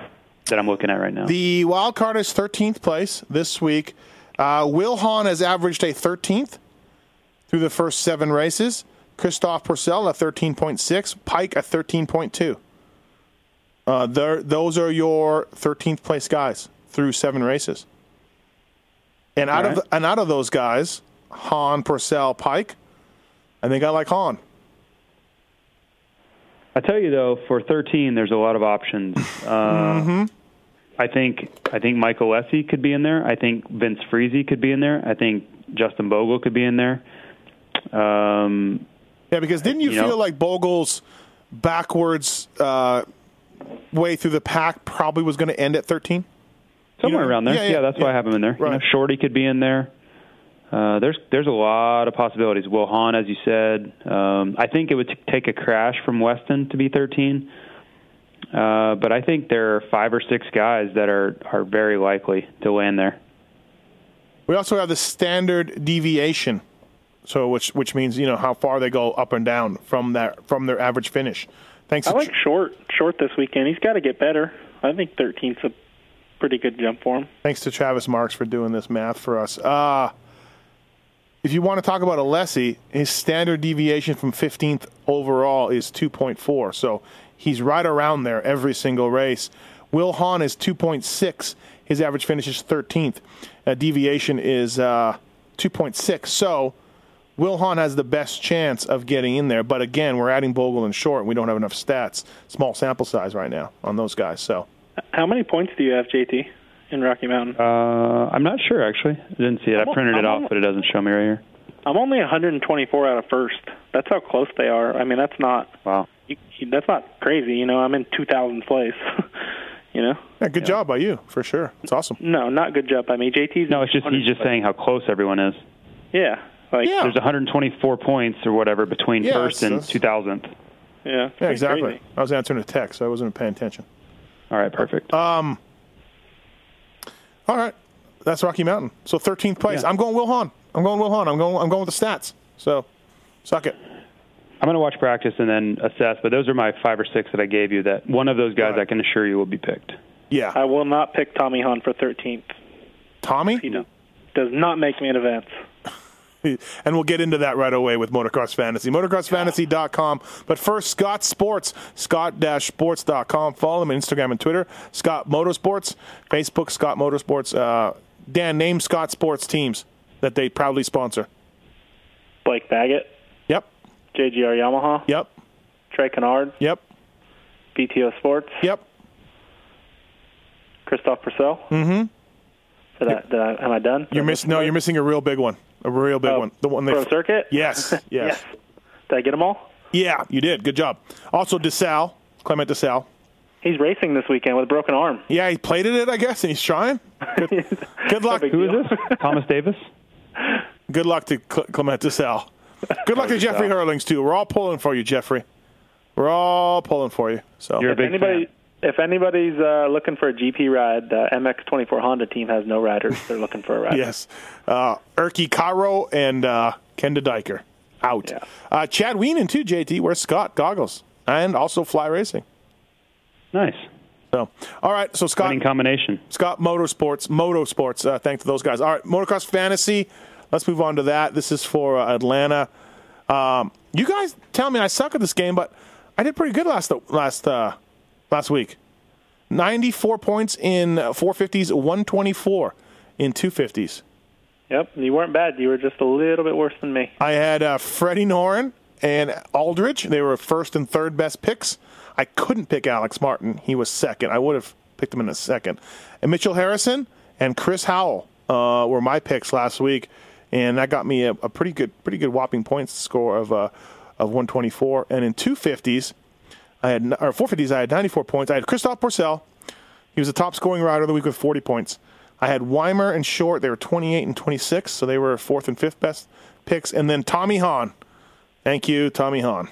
that I'm looking at right now. The wild card is 13th place this week. Uh, Will Hahn has averaged a 13th through the first seven races. Christoph Purcell a 13.6. Pike a 13.2. Uh, there, those are your 13th place guys through seven races. And out of Alright. and out of those guys, Hahn, Purcell, Pike, I think I like Hahn. I tell you though, for 13, there's a lot [LAUGHS] of options. Uh, Mm-hmm. I think I think Michael Lessie could be in there. I think Vince Freezy could be in there. I think Justin Bogle could be in there. Um, Yeah, because didn't you, You know? feel like Bogle's backwards uh, way through the pack probably was going to end at 13? somewhere You know, around there. yeah, Yeah, yeah, that's why yeah. I have him in there. You know, Right. Shorty could be in there. Uh, there's there's a lot of possibilities. Will Hahn, as you said, um, I think it would t- take a crash from Weston to be 13, uh, but I think there are five or six guys that are are very likely to land there. We also have the standard deviation, so which which means you know how far they go up and down from that from their average finish. Thanks. I to like Tr- short short this weekend. He's got to get better. I think 13th's a pretty good jump for him. Thanks to Travis Marks for doing this math for us. Uh, if you want to talk about Alessi, his standard deviation from 15th overall is 2.4. So he's right around there every single race. Will Hahn is 2.6. His average finish is 13th. Uh, deviation is uh, 2.6. So Will Hahn has the best chance of getting in there. But again, we're adding Bogle and Short. And we don't have enough stats. Small sample size right now on those guys. So How many points do you have, JT, in Rocky Mountain? Uh, I'm not sure actually. I didn't see it. I I'm- printed it I'm- off, but it doesn't show me right here. I'm only 124 out of first. That's how close they are. I mean, that's not Wow. you, you- that's not crazy. You know, I'm in 2,000th place. [LAUGHS] you know, yeah, good job by you for sure. It's awesome. no, not good job. I mean, JT's No, it's just he's just saying how close everyone is. yeah, like Yeah. yeah, There's 124 points or whatever between Yeah, first and that's- 2000th. yeah, it's Yeah, pretty exactly. crazy. I was answering a text, so I wasn't paying attention. All right, perfect. Uh, All right, that's Rocky Mountain. So 13th place. Yeah. I'm going Will Hahn. I'm going Will Hahn. I'm going. I'm going with the stats. So, suck it. I'm going to watch practice and then assess, but those are my five or six that I gave you. That one of those guys Right. I can assure you will be picked. Yeah, I will not pick Tommy Hahn for 13th. Tommy. You know, does not make me an event. [LAUGHS] And we'll get into that right away with Motocross Fantasy. MotocrossFantasy.com. But first, Scott Sports, Scott-Sports.com. Follow him on Instagram and Twitter, Scott Motorsports, Facebook, Scott Motorsports. Uh, Dan, name Scott Sports teams that they proudly sponsor. Blake Baggett, Yep, JGR Yamaha, yep, Trey Kennard, yep, BTO Sports, yep. Christoph Purcell. Mm-hmm. Did I, did I, am I done? You're missing. No, you're missing a real big one. A real big Oh, one. The one they Pro Circuit? [LAUGHS] Yes, yes. Yes. Did I get them all? Yeah, you did. Good job. Also, DeSalle, Clement DeSalle. He's racing this weekend with a broken arm. Yeah, he played at it, I guess, and he's trying. Good, good luck. big Who deal. is this? [LAUGHS] Thomas Davis? Good luck to Cl- Clement DeSalle. Good luck to Jeffrey Hurlings too. We're all pulling for you, Jeffrey. We're all pulling for you. So You're a big Anybody, fan. if anybody's uh, looking for a GP ride, the MX24 Honda team has no riders. They're looking for [LAUGHS] a ride. yes, uh, Erky Caro and uh, Kenda Diker out. Yeah. Uh, Chad Weenan too. JT, where's Scott goggles and also Fly Racing. Nice. So all right. So Scott, Winning combination. Scott Motorsports, Motorsports. Uh, thanks to those guys. All right, Motocross Fantasy. Let's move on to that. This is for uh, Atlanta. Um, you guys tell me I suck at this game, but I did pretty good last last uh, last week. Ninety-four points in uh, 450s, 124 in 250s. Yep. You weren't bad. You were just a little bit worse than me. I had uh, Freddie Norin and Aldridge. They were first and third best picks. I couldn't pick Alex Martin. He was second. I would have picked him in a second. And Mitchell Harrison and Chris Howell uh, were my picks last week, and that got me a, a pretty good, pretty good whopping points score of uh, of 124. And in 250s, I had or 450s, I had 94 points. I had Christoph Porcel. He was the top scoring rider of the week with 40 points. I had Weimer and Short. They were 28 and 26, so they were fourth and fifth best picks. And then Tommy Hahn. Thank you, Tommy Hahn.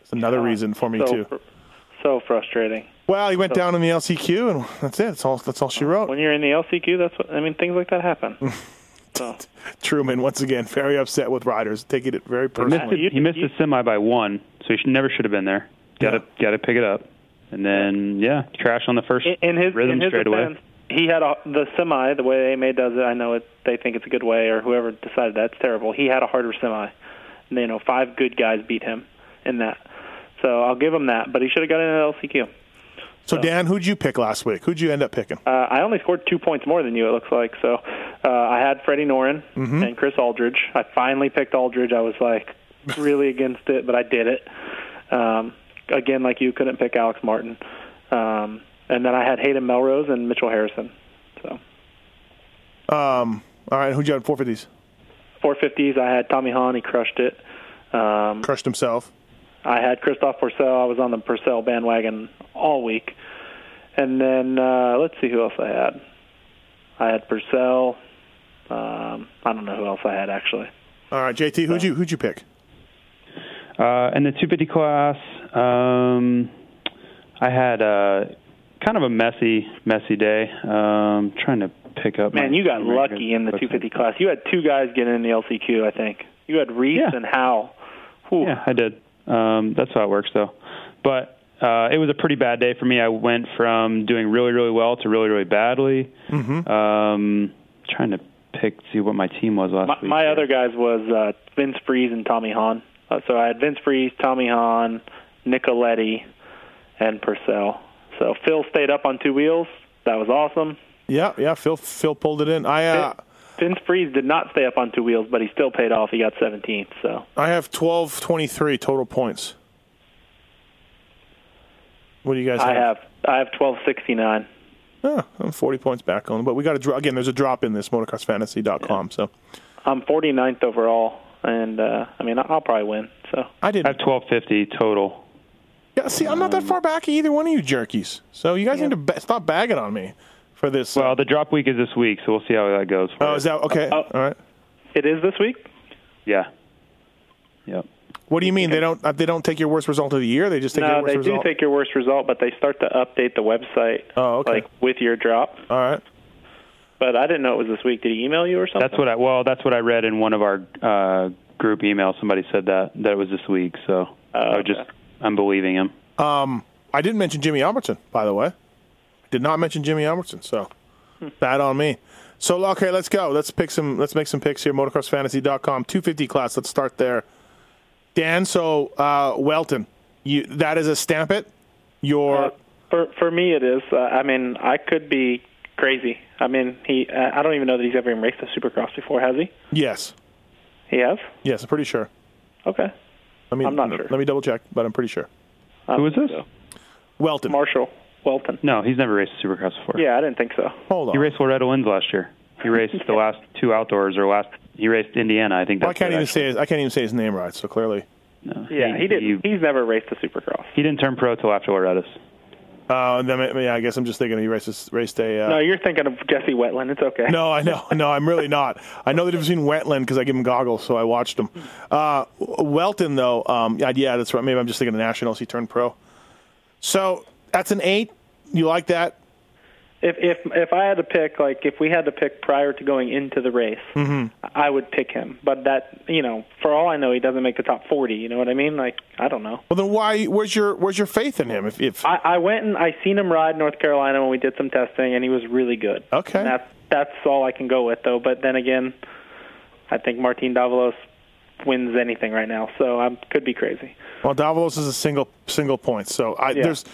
It's another reason for me so, too. fr- so frustrating. Well, he went down in the LCQ, and that's it. That's all. That's all she wrote. When you're in the LCQ, that's what I mean. Things like that happen. So Truman once again very upset with riders, taking it very Missed personally. it, Uh, you- he missed you- his semi by one, so he should, never should have been there. Got to got to pick it up, and then yeah, crash on the first in, in his rhythm in his straightaway. defense, he had a, the semi the way AMA does it. I know it, they think it's a good way, or whoever decided that's terrible. He had a harder semi. And, you know, five good guys beat him in that. So I'll give him that. But he should have got in an LCQ. So Dan, who'd you pick last week? Who'd you end up picking? Uh, I only scored two points more than you. It looks like so. Uh, I had Freddie Norin and Chris Aldridge. I finally picked Aldridge. I was like really against it, but I did it. Um, again, like you, couldn't pick Alex Martin. Um, and then I had Hayden Melrose and Mitchell Harrison. So Um, All right, who'd you have in 450s? 450s. I had Tommy Hahn. He crushed it. Um, Crushed himself. I had Christoph Purcell. I was on the Purcell bandwagon all week. And then uh, let's see who else I had. I had Purcell. Um, I don't know who else I had actually. All right, JT, who'd you who'd you pick? Uh, in the 250 class, um, I had uh, kind of a messy, messy day. Um, trying to pick up. Man, my you got team records. lucky in the 250 class. You had two guys getting in the LCQ, I think. You had Reese Yeah. and Howell. Whew. Yeah, I did. Um, that's how it works, though. But uh, it was a pretty bad day for me. I went from doing really, really well to really, really badly. Mm-hmm. Um, trying to pick, see what my team was last My, week. my here. other guys was uh, Vince Freeze and Tommy Hahn. Uh, so I had Vince Freeze, Tommy Hahn, Nicoletti, and Purcell. So Phil stayed up on two wheels. That was awesome. Yeah, yeah. Phil Phil pulled it in. I uh, Vince Freeze did not stay up on two wheels, but he still paid off. He got 17th. So I have twelve twenty three total points. What do you guys I have? have I have 1269. Ah, I'm 40 points back on, but we got a dro- again. There's a drop in this motocrossfantasy.com, so I'm 49th overall, and uh, I mean I- I'll probably win. So I I didn't. have 1250 total. Yeah, see, I'm not that far back either one of you jerkies. So you guys need to ba- stop bagging on me for this. Well, the drop week is this week, so we'll see how that goes. for oh, you. is that okay? Oh. All right. it is this week. Yeah. Yep. What do you mean they don't? uh, They don't take your worst result of the year. They just take your No, worst they result. do take your worst result, but they start to update the website Oh, okay. like with your drop. All right. But I didn't know it was this week. Did he email you or something? That's what I well, that's what I read in one of our uh, group emails. Somebody said that that it was this week, so I was Oh, okay. just I'm believing him. I didn't mention Jimmy Albertson, by the way. Did not mention Jimmy Albertson, so Hmm. bad on me. So okay, let's go. Let's pick some. Let's make some picks here. MotocrossFantasy.com, two fifty class. Let's start there. Dan, so uh, Welton, you that is a stamp it. Your Uh, for for me it is. Uh, I mean, I could be crazy. I mean, he. Uh, I don't even know that he's ever even raced a Supercross before, has he? yes, He has. yes, I'm pretty sure. Okay. Let me I'm not let, sure. me double check, but I'm pretty sure. I Who is don't this? think so. Welton, Marshall Welton. No, he's never raced a Supercross before. Yeah, I didn't think so. hold on. He raced Loretta Lynn's last year. He raced [LAUGHS] the last two outdoors or last he raced Indiana, I think Well, that's I can't it, even actually. say his, I can't even say his name right. So clearly, Yeah, he didn't. He's never raced a Supercross. He didn't turn pro till after Loretta's. uh, and then, yeah, I guess I'm just thinking he races raced a. Uh, No, you're thinking of Jesse Wetland. It's okay. No, I know. [LAUGHS] No, I'm really not. I know the difference between Wetland because I give him goggles, so I watched him. Uh, Welton, though, um, yeah, yeah, that's right. Maybe I'm just thinking of Nationals. He turned pro. So that's an eight. You like that? If if if I had to pick, like if we had to pick prior to going into the race, I would pick him. But that you know, for all I know, he doesn't make the top forty. You know what I mean? Like I don't know. Well, then why? Where's your Where's your faith in him? If, if I, I went and I seen him ride North Carolina when we did some testing, and he was really good. Okay. And that's that's all I can go with though. But then again, I think Martin Davalos wins anything right now, so I could be crazy. well, Davalos is a single single point, so I, Yeah. there's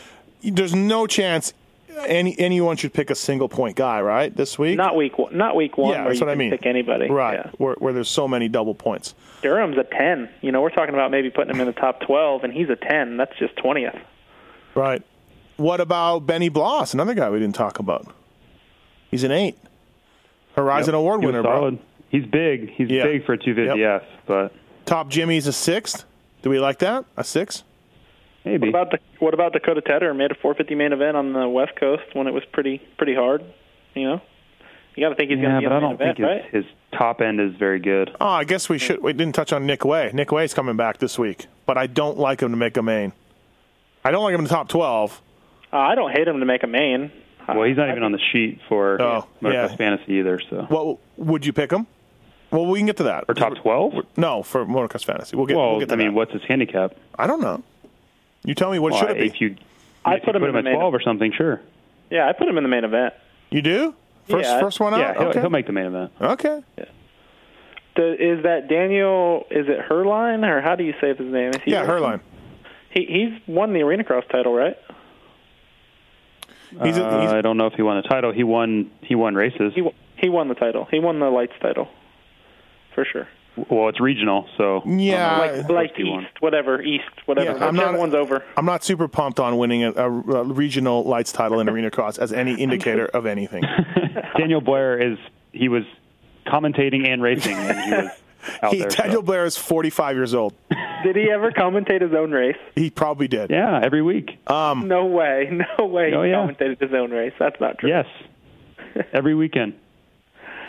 there's no chance any anyone should pick a single point guy, right? This week, Not week one, not week one yeah, where that's you what I can mean. pick anybody. right? Yeah. Where, where there's so many double points. Durham's a ten. You know, we're talking about maybe putting him in the top twelve, and he's a ten. That's just twentieth. Right. What about Benny Bloss, another guy we didn't talk about? He's an eight. Horizon Award He was winner, bro. solid. He's big. He's Yeah. big for a 250F, but Top Jimmy's a sixth. Do we like that? A six? maybe. What about the, what about Dakota Tedder made a 450 main event on the West Coast when it was pretty pretty hard? You know, you got to think he's yeah, going to be but I on the don't main event, think his, right? his top end is very good. Oh, I guess we should. We didn't touch on Nick Way. Nick Way's coming back this week, but I don't like him to make a main. I don't like him in the top 12. Uh, I don't hate him to make a main. Well, he's not even on the sheet for Oh, Motocross yeah. Fantasy either, so. What would you pick him? Well, we can get to that. Or top 12? No, for motocross fantasy, we'll get. well, we'll get to I mean, that. what's his handicap? I don't know. You tell me what Well, should it if be? you, I if put you him in the at main 12 or something, sure. Yeah, I put him in the main event. You do first Yeah. first one Yeah, out. he'll, okay. he'll make the main event. okay. The, is that Daniel? Is it Herline or how do you say his name? Is he Yeah, Herline. He, he's won the arena cross title, right? He's a, Uh, he's, I don't know if he won the title. He won. He won races. He w- he won the title. He won the lights title, for sure. well, it's regional, so Yeah, Like I- lights he won. east, whatever east, whatever. Yeah, I'm not- Whichever one's over. I'm not super pumped on winning a, a, a regional lights title in arena cross as any indicator of [LAUGHS] anything. Daniel Blair is. He was commentating and racing when he was [LAUGHS] out He, there. so- Daniel Blair is 45 years old. Did he ever commentate his own race? He probably did. Yeah, every week. Uh. Hmm. No way, [LAUGHS] no way. Oh, he yeah. commentated his own race. That's not true. yes, every weekend.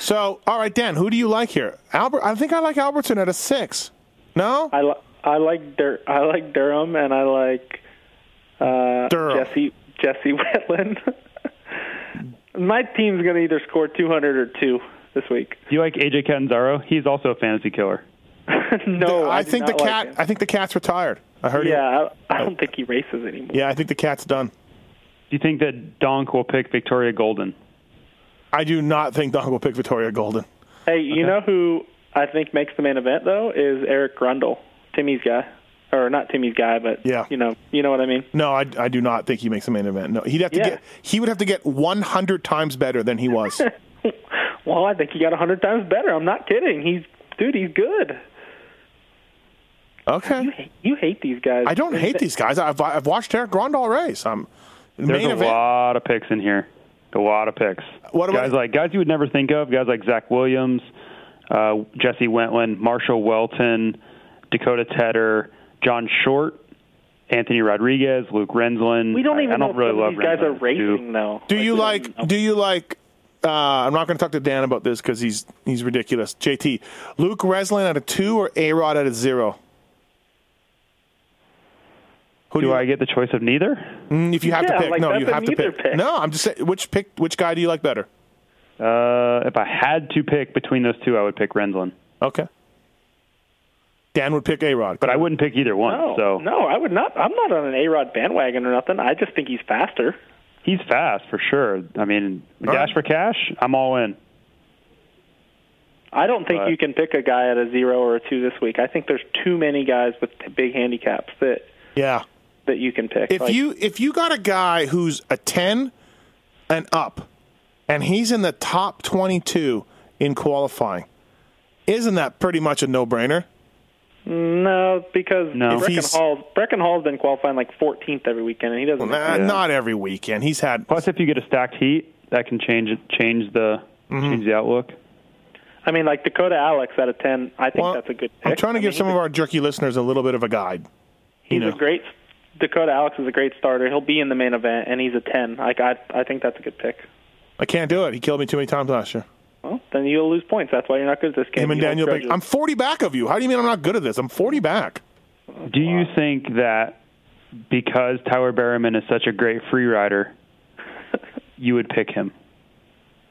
So, all right, Dan, who do you like here? Albert. I think I like Albertson at a six. No, I, li- I like Dur- I like Durham and I like uh, Durham. Jesse Jesse [LAUGHS] Wetland. My team's gonna either score 200 or two this week. [LAUGHS] Do you like AJ Catanzaro? He's also a fantasy killer. no, I, do think the not like cat. him. I think the cat's retired. I heard. He, yeah, I, I don't think he races anymore. yeah, I think the cat's done. Do you think that Donk will pick Victoria Golden? I do not think Dog will pick Victoria Golden. Hey, you know who I think makes the main event though is Eric Grundle, Timmy's guy, or not Timmy's guy, but Yeah. you know, you know what I mean. No, I, I do not think he makes the main event. No, he'd have to Yeah. get. He would have to get 100 times better than he [LAUGHS] was. Well, I think he got a hundred times better. I'm not kidding. He's dude, he's good. You okay. hate, you hate these guys. I don't hate these guys. I've, I've watched Eric Grandal race. I'm There's main a event. lot of picks in here. A lot of picks. What about- guys like guys you would never think of? Guys like Zach Williams, uh, Jesse Wentland, Marshall Welton, Dakota Tedder, John Short, Anthony Rodriguez, Luke Renslin. We don't I- even I don't know if really some love of these guys are Renslin, too. racing though. Do you we don't like? know. Do you like? Uh, I'm not going to talk to Dan about this because he's he's ridiculous. JT, Luke Reslin at a two or A Rod at a zero. Who Do you- I get the choice of neither? Mm, If you have to Yeah, pick, like, no, that's you a have to neither pick. pick. No, I'm just saying. Which pick? Which guy do you like better? Uh, if I had to pick between those two, I would pick Renslin, Okay. Dan would pick A Rod, but I wouldn't pick either one. No, so no, I would not. I'm not on an A Rod bandwagon or nothing. I just think he's faster. he's fast for sure. I mean, All dash right. for cash, I'm all in. I don't think Right. you can pick a guy at a zero or a two this week. I think there's too many guys with big handicaps that yeah. that you can pick. If Like, you if you got a guy who's a ten and up, and he's in the top twenty two in qualifying, isn't that pretty much a no brainer? no, because No. If Brecken he's- Hall Brecken Hall's been qualifying like 14th every weekend, and he doesn't. Nah, Not every weekend. He's had Plus, if you get a stacked heat, that can change change the change the outlook. I mean, like Dakota Alex out of 10, I think Well, that's a good. Pick. I'm trying to I give mean, some he's of our jerky listeners a little bit of a guide. a- you He's know. a great Dakota Alex is a great starter. He'll be in the main event, and he's a 10. Like I, I think that's a good pick. I can't do it. He killed me too many times last year. Well, then you'll lose points. That's why you're not good at this game. Him and You hold Daniel. Big. grudges. I'm 40 back of you. How do you mean I'm not good at this? I'm 40 back. Do you think that because Tyler Berriman is such a great free rider, you would pick him?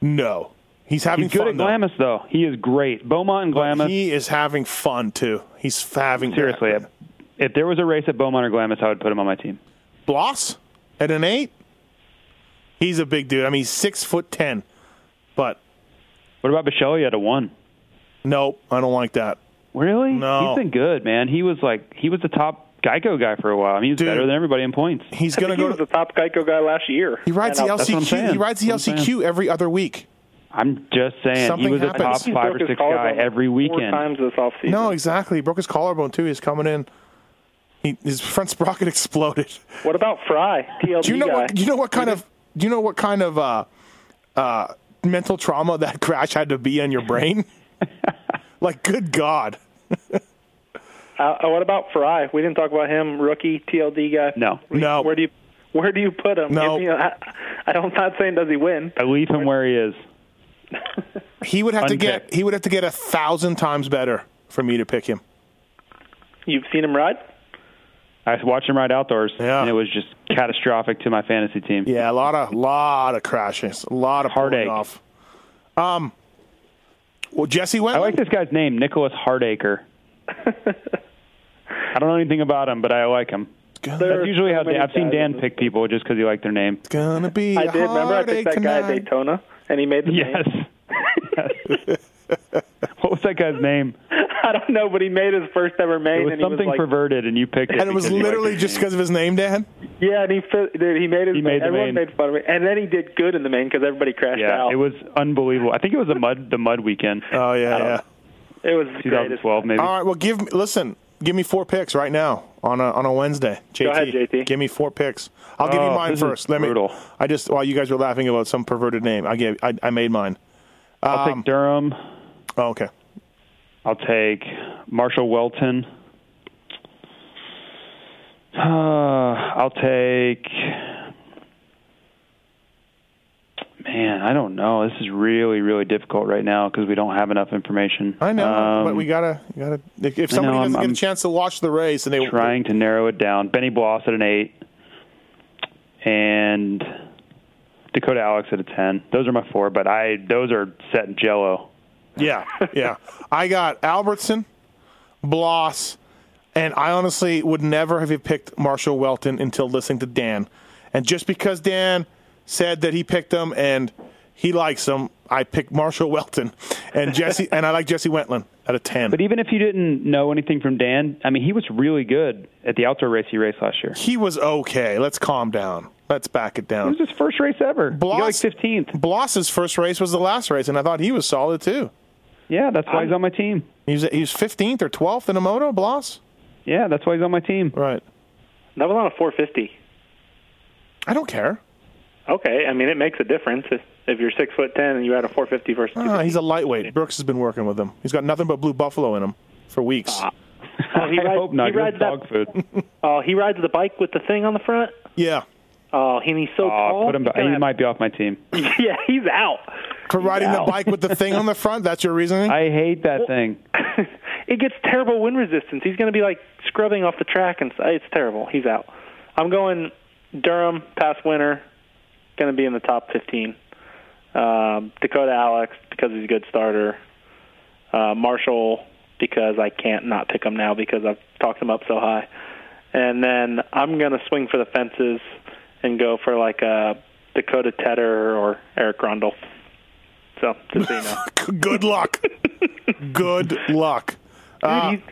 No, he's having He's good fun. at though. Glamis, though. He is great. Beaumont and Glamis. He is having fun too. He's f- having seriously, if, if there was a race at Beaumont or Glamis, I would put him on my team. Bloss at an eight. He's a big dude. I mean, he's six foot ten, but What about Bichelli at a one? nope, I don't like that. Really? No. He's been good, man. He was like he was the top Geico guy for a while. I mean, he's Dude. better than everybody in points. He's I gonna think he go. was To, the top Geico guy last year. he rides the And I'll- what I'm LCQ. He saying. rides the That's what I'm LCQ every other week. I'm just saying Something he was happens. a top He's five broke or his six guy collarbone every Four weekend. times this offseason. No, exactly. He broke his collarbone too. He's coming in. He, his front sprocket [LAUGHS] exploded. What about Fry? TLD Do you know guy. uh, what? Do you know what kind of? Do you know what kind of uh, uh, mental trauma that [LAUGHS] crash had to be on your [LAUGHS] brain? like, good God! Uh, what about Fry? We didn't talk about him. Rookie TLD guy. No. No. Where do you Where do you put him? No. If, you know, I, I don't. I'm not saying does he win. I leave him where he is. He would have to get. Unpicked. He would have to get a thousand times better for me to pick him. You've seen him ride. I watched him ride outdoors, Yeah. and it was just catastrophic to my fantasy team. Yeah, a lot of lot of crashes, a lot of pulling Heartache. off. Um. Well, Jesse went. I like this guy's name, [LAUGHS] Nicholas Hardacre. I don't know anything about him, but I like him. That's usually how so many I've seen guys in Dan this pick people just because he liked their name. gonna be. I a did. Remember, I picked heartache that guy at tonight. Daytona, and he made the Yes. main. [LAUGHS] [LAUGHS] Yes. what was that guy's name? I don't know, but he made his first ever main. It was and something he was like, perverted, and you picked it. And it was because you liked literally his just name. because of his name, Dan. Yeah, and he fi- dude, he made his. He made the everyone main. made fun of me, and then he did good in the main because everybody crashed Yeah, out. it was unbelievable. I think it was the mud, the mud weekend, Oh yeah, yeah. It was the greatest. 2012 maybe. All right. Well, give me listen. Give me four picks right now on a on a Wednesday. JT, ahead, JT. Give me four picks. I'll give you Oh, mine this is first. Let brutal. me. I just while you guys were laughing about some perverted name, I gave I, I made mine. I'll take Durham. Oh, okay. I'll take Marshall Welton. Uh, I'll take. Man, man, I don't know. This is really, really difficult right now because we don't have enough information. I know, Um, but we gotta gotta. If, if I somebody know, doesn't I'm- get a I'm chance to watch the race and they trying to narrow it down. Benny Bloss at an eight, and Dakota Alex at a ten. Those are my four, but I those are set in Jello. Yeah, yeah. I got Albertson, Bloss, and I honestly would never have picked Marshall Welton until listening to Dan. And just because Dan said that he picked him and he likes him, I picked Marshall Welton and Jesse, and I like Jesse Wentland at a ten. But even if you didn't know anything from Dan, I mean, he was really good at the outdoor race he raced last year. he was okay. Let's calm down. Let's back it down. It was his first race ever. he got like Bloss- fifteenth. Bloss's first race was the last race, and I thought he was solid too. Yeah, that's why he's on my team. He was he was fifteenth or twelfth in a moto. Bloss, Yeah, that's why he's on my team. right? That was on a 450. I don't care. Okay, I mean it makes a difference if, if you're six foot ten and you had a 450 versus. Ah, 250. he's a lightweight. Brooks has been working with him. He's got nothing but blue buffalo in him for weeks. Oh, [LAUGHS] he I rides- hope not. he He rides that- dog [LAUGHS] food. Oh, he rides the bike with the thing on the front. Yeah, Oh, and he's so Oh, tall. put him. he's He gonna have- might be off my team. [LAUGHS] yeah, he's out. for riding the Wow. bike with the thing on the front. That's your [LAUGHS] reasoning. I hate that thing. it gets terrible wind resistance. He's going to be like scrubbing off the track, and it's terrible. He's out. I'm going Durham past winter. Going to be in the top 15. Um, Dakota Alex because he's a good starter. Uh, Marshall because I can't not pick him now because I've talked him up so high. And then I'm going to swing for the fences and go for like a Dakota Tedder or Eric Grundle. So just so you [LAUGHS] know. Good luck. Good [LAUGHS] luck. Uh, Dude, you,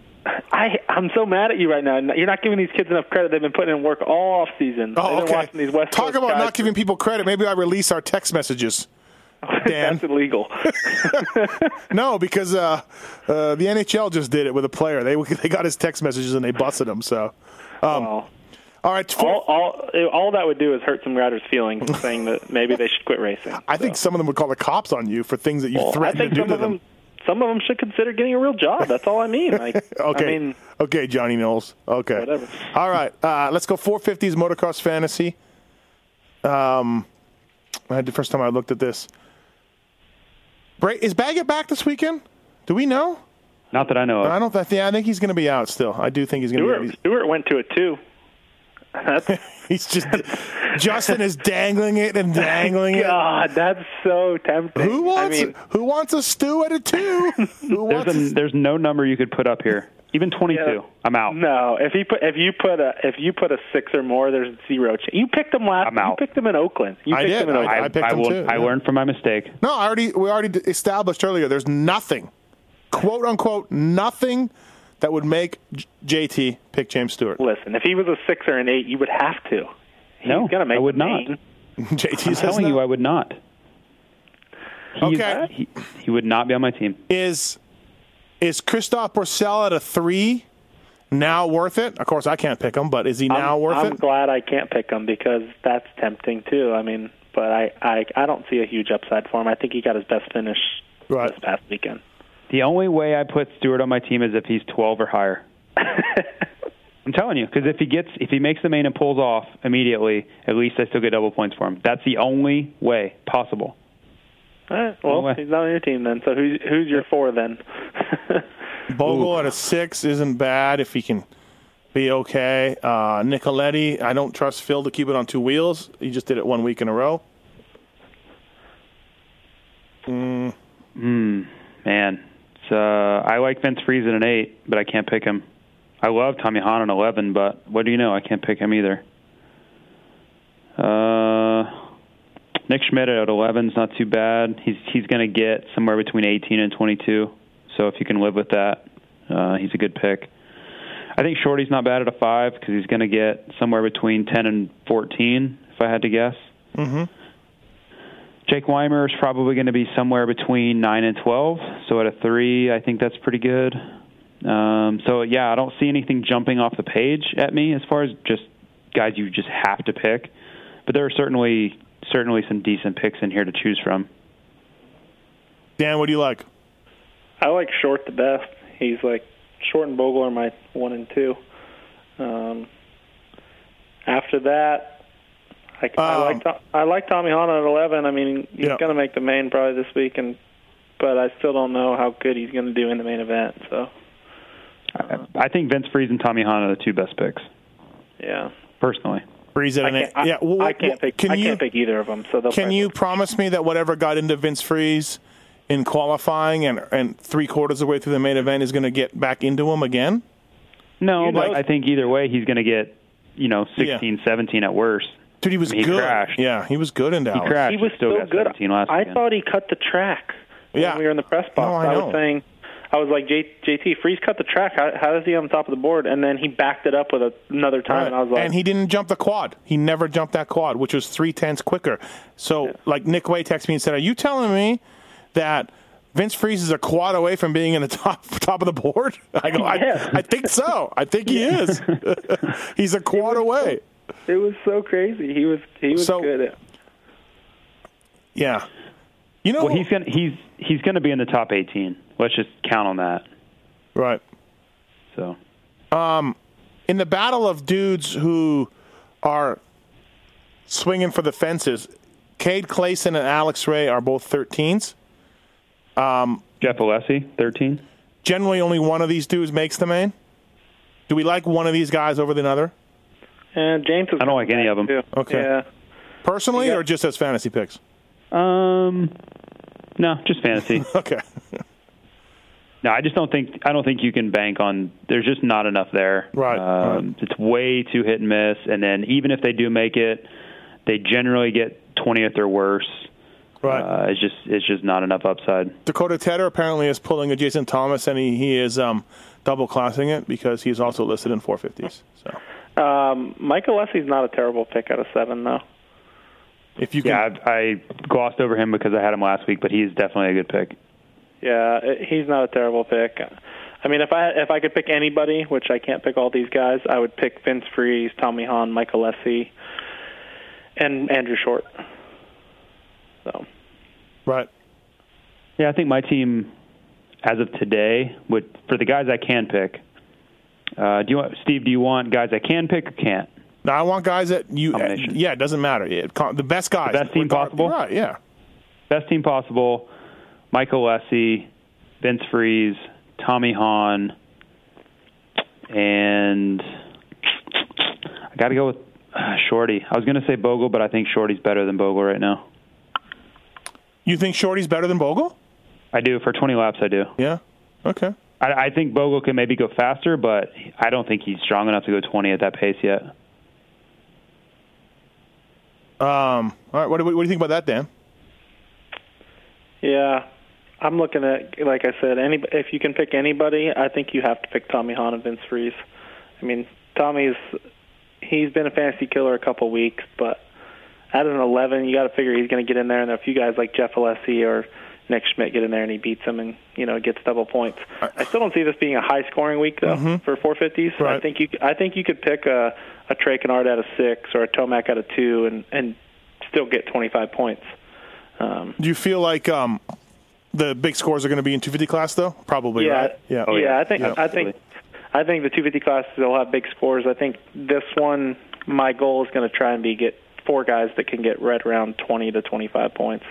I I'm so mad at you right now. You're not giving these kids enough credit. They've been putting in work all off season. oh, They've been okay. watching these West Talk Coast about guys. not giving people credit. Maybe I release our text messages. Dan. [LAUGHS] [LAUGHS] That's illegal. No, because uh, uh, the NHL just did it with a player. They [LAUGHS] they got his text messages and they busted him. So, Um, Well, all right. four- all all all that would do is hurt some riders' [LAUGHS] feelings, saying that maybe they should quit racing. I think some of them would call the cops on you for things that you Well, I threatened think to do some to of them, some of them should consider getting a real job. That's all I [LAUGHS] mean. Like, Okay. I mean, okay, Johnny Knowles. Okay. Whatever. All right. Uh, let's go 450s motocross fantasy. Um, I had the first time I looked at this. Bra- is Baggett back this weekend? Do we know? Not that I know of. I don't. I, think I think he's going to be out still. I do think he's going to be. out. Stewart Stewart went to it too. That's, He's, he's [LAUGHS] just Justin is dangling it and dangling it. God, that's so tempting. Who wants I mean, who wants a stew at a [LAUGHS] two? Who wants? There's a, there's no number you could put up here. Even 22. Yeah. I'm out. No, if you put if you put a if you put a six or more, there's zero chance. You picked them last. I'm out. You picked them in Oakland. You I picked did. Them in Oakland. I picked him will- too, I yeah. learned from my mistake. No, I already we already d- established earlier. There's nothing, quote unquote, nothing that would make J- JT pick James Stewart. [LAUGHS] Listen, if he was a six or an eight, you would have to. He's No, gonna make I would the not. main. JT I'm says telling no. you, I would not. He's- Okay. He, he would not be on my team. is is Christoph Porcel at a three now worth it? Of course, I can't pick him, but is he now I'm, worth I'm it? glad I can't pick him because that's tempting too. I mean, but I I I don't see a huge upside for him. I think he got his best finish Right. this past weekend. The only way I put Stewart on my team is if he's 12 or higher. I'm telling you, because if he gets, if he makes the main and pulls off immediately, at least I still get double points for him. That's the only way possible. All right, well, way. he's not on your team then. So who's who's your four then? [LAUGHS] Bogle at a six isn't bad if he can be okay. Uh, Nicoletti, I don't trust Phil to keep it on two wheels. He just did it one week in a row. Man, it's, uh, I like Vince Freeze at an eight, but I can't pick him. I love Tommy Hahn at eleven, but what do you know? I can't pick him either. Uh, Nick Schmidt at eleven is not too bad. He's he's going to get somewhere between eighteen and twenty-two. So if you can live with that, uh, he's a good pick. I think Shorty's not bad at a five because he's going to get somewhere between ten and fourteen, if I had to guess. Jake Weimer is probably going to be somewhere between nine and twelve. So at a three, I think that's pretty good. Um, so yeah, I don't see anything jumping off the page at me as far as just guys you just have to pick. But there are certainly certainly some decent picks in here to choose from. Dan, what do you like? I like Short the best. He's like Short and Bogle are my one and two. Um, after that, I, I Um, like Tom, I like Tommy Hanna at eleven. I mean, he's Yeah. going to make the main probably this week, and but I still don't know how good he's going to do in the main event. So I, I think Vince Freeze and Tommy Hahn are the two best picks, yeah, personally. Breeze it I in can't, it. I, yeah, well, I can't well, pick. Can I you can't pick either of them. So they'll can play- you promise me that whatever got into Vince Freeze in qualifying and and three quarters of the way through the main event is going to get back into him again? No, You but know- I think either way, he's going to get, you know, 16, 17 at worst. Dude, he was He good. crashed. Yeah, he was good in Dallas. crashed. He was still so got good. 17 last I weekend. thought he cut the track. Yeah. When we were in the press box. No, I know. was saying, I was like, J- JT, Freeze cut the track. How, how does he on top of the board? And then he backed it up with a, another time, Right. and I was like, he didn't jump the quad. He never jumped that quad, which was three tenths quicker. So, like Nick Way texted me and said, "Are you telling me that Vince Freeze is a quad away from being in the [LAUGHS] top top of the board?" [LAUGHS] I go, Yeah. I, "I think so. I think he [LAUGHS] is. [LAUGHS] He's a quad away." it was so crazy. He was he was So- good. At, Yeah, you know, Well, he's going to he's he's going to be in the top 18. Let's just count on that. right. So in the battle of dudes who are swinging for the fences, Cade Clayson and Alex Ray are both 13s. Jeff Alessi, 13. Generally, only one of these dudes makes the main. Do we like one of these guys over the other? and James was I don't like any of them. too. Okay. Yeah. Personally, Yeah. or just as fantasy picks? [LAUGHS] Um, no, just fantasy. Okay. [LAUGHS] no, I just don't think I don't think you can bank on. There's just not enough there. Right, Um, It's way too hit and miss. And then even if they do make it, they generally get 20th or worse. Right. Uh, it's just it's just not enough upside. Dakota Tedder apparently is pulling a Jason Thomas, and he, he is um, double classing it because he's also listed in 450s. So Um, Michael Lessie's not a terrible pick out of seven, though. if you can, Yeah, I, I glossed over him because I had him last week, but he's definitely a good pick. Yeah, it- he's not a terrible pick. I mean, if I if I could pick anybody, which I can't pick all these guys, I would pick Vince Freeze, Tommy Hahn, Michael Lessie, and Andrew Short. So right. Yeah, I think my team, as of today, would for the guys I can pick. Uh, do you want Steve? Do you want guys I can pick or can't? Now I want guys that you. Combination. yeah, it doesn't matter. It, con- the best guys, The best team Regard- possible? Right. Yeah. Best team possible: Michael Lessie, Vince Freeze, Tommy Hahn, and I got to go with uh, Shorty. I was going to say Bogle, but I think Shorty's better than Bogle right now. You think Shorty's better than Bogle? I do for 20 laps. I do. Yeah. Okay. Um, I, I think Bogle can maybe go faster, but I don't think he's strong enough to go 20 at that pace yet. Um, all right. What do, what do you think about that, Dan? yeah, I'm looking at like I said, any if you can pick anybody, I think you have to pick Tommy Hahn and Vince Freeze. I mean, Tommy's he's been a fantasy killer a couple weeks, but at an 11, you got to figure he's going to get in there, and a few guys like Jeff Alessi or Nick Schmidt get in there and he beats him and you know gets double points. I still don't see this being a high scoring week though for 450s. I Right. think you I think you could pick a a Trey Kennard out of six or a Tomac out of two and and still get 25 points. Um, Do you feel like um, the big scores are going to be in 250 class though? Probably. yeah, Right? yeah, Oh, I think Yeah. I think I think the 250 classes will have big scores. I think this one, my goal is going to try and be get four guys that can get right around 20 to 25 points.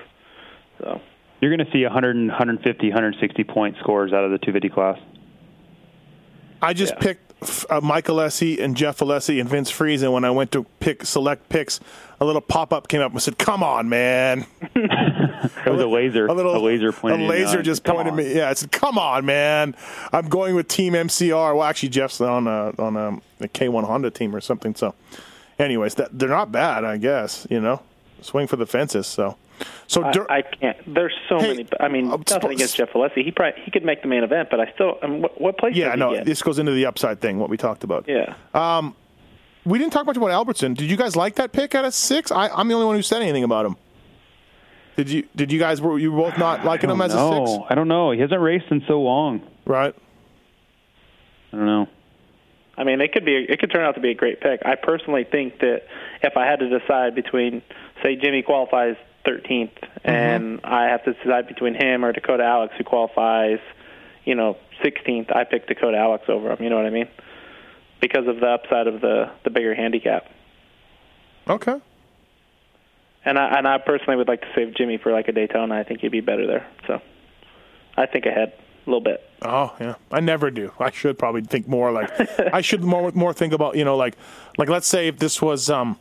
So You're going to see 100, 150, 160 point scores out of the 250 class. I just picked uh, Michael Essie and Jeff Alessi and Vince Freeze, and when I went to pick select picks, a little pop up came up and said, "Come on, man!" It was a laser. A little laser pointed. A in laser the eye. just Come pointed on. me. Yeah, it said, "Come on, man!" I'm going with Team MCR. Well, actually, Jeff's on a, on a, a K1 Honda team or something. So, anyways, that, they're not bad, I guess. You know, swing for the fences. So, so dur- I, I can't. There's so Hey, uh, many. I mean, I'm nothing supposed- against Jeff Alessi. He probably he could make the main event, but I still. I mean, what, what place? yeah, does no, He get? this goes into the upside thing. What we talked about. yeah. We didn't talk much about Albertson. Did you guys like that pick out of six? I, I'm the only one who said anything about him. Did you? Did you guys? Were you both not liking him as a six? Oh, No, I don't know. He hasn't raced in so long. Right. I don't know. I mean, it could be. It could turn out to be a great pick. I personally think that if I had to decide between, say, Jimmy qualifies 13th, and I have to decide between him or Dakota Alex, who qualifies, you know, 16th, I pick Dakota Alex over him. You know what I mean? Because of the upside of the the bigger handicap. Okay. And I and I personally would like to save Jimmy for like a Daytona. I think he'd be better there. So I think ahead a little bit. Oh yeah, I never do. I should probably think more [LAUGHS] like I should more more think about you know like like let's say if this was um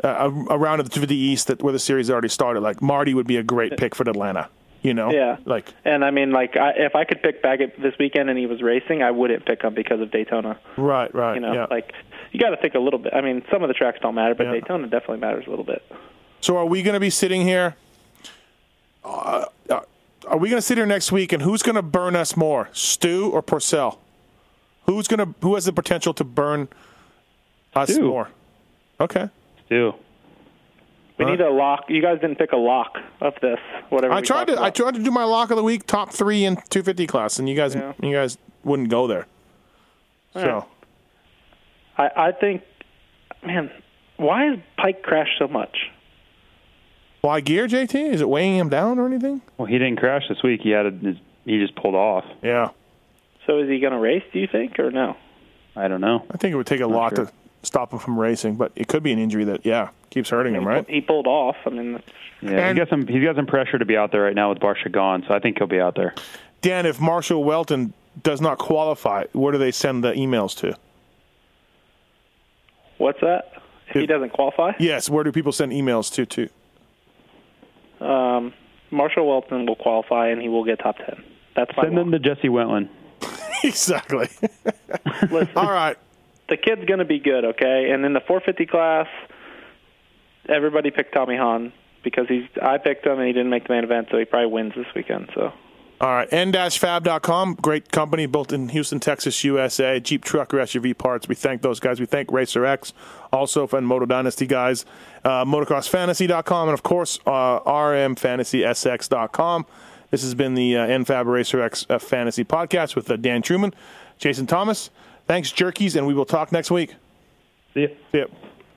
a, a round of the East that where the series already started, like Marty would be a great pick for Atlanta. You know, Yeah. like And I mean, like, I, if I could pick Baggett this weekend and he was racing, I wouldn't pick him because of Daytona. right, right, You know, yeah. like, you got to think a little bit. I mean, some of the tracks don't matter, but Yeah. Daytona definitely matters a little bit. So are we going to be sitting here? Uh, uh, are we going to sit here next week and who's going to burn us more, Stu or Purcell? Who's going to who has the potential to burn us Stu. more? Okay. Stu. We Huh? need a lock. You guys didn't pick a lock of this, whatever. I we tried talked to I about. tried to do my lock of the week top 3 in 250 class and you guys Yeah. you guys wouldn't go there. so, right. I, I think, man, why is Pike crash so much? why gear JT? Is it weighing him down or anything? Well, he didn't crash this week. He had a, his, he just pulled off. Yeah. So is he going to race? Do you think or no? I don't know. I think it would take a lot sure. to stop him from racing, but it could be an injury that yeah, keeps hurting him, right? He pulled off. I mean, Yeah, And- he got some. He's got some pressure to be out there right now with Barsha gone, so I think he'll be out there. Dan, if Marshall Welton does not qualify, where do they send the emails to? what's that? If he If- doesn't qualify, Yes, where do people send emails to? To um, Marshall Welton will qualify and he will get top ten. That's my Send lock. them to Jesse Wentland. [LAUGHS] exactly. [LAUGHS] Listen, All right, the kid's going to be good, okay? And in the 450 class, everybody picked Tommy Hahn because he's I picked him and he didn't make the main event, so he probably wins this weekend. So all right. N-fab.com, great company built in Houston, Texas, USA. Jeep trucker SUV parts. We thank those guys. We thank Racer X, also and Moto Dynasty guys. Uh, MotocrossFantasy.com, and of course uh, RMFantasySX.com. This has been the uh, NFAB Racer X uh, Fantasy Podcast with uh, Dan Truman, Jason Thomas. Thanks, Jerkies, and we will talk next week. See ya. Yep.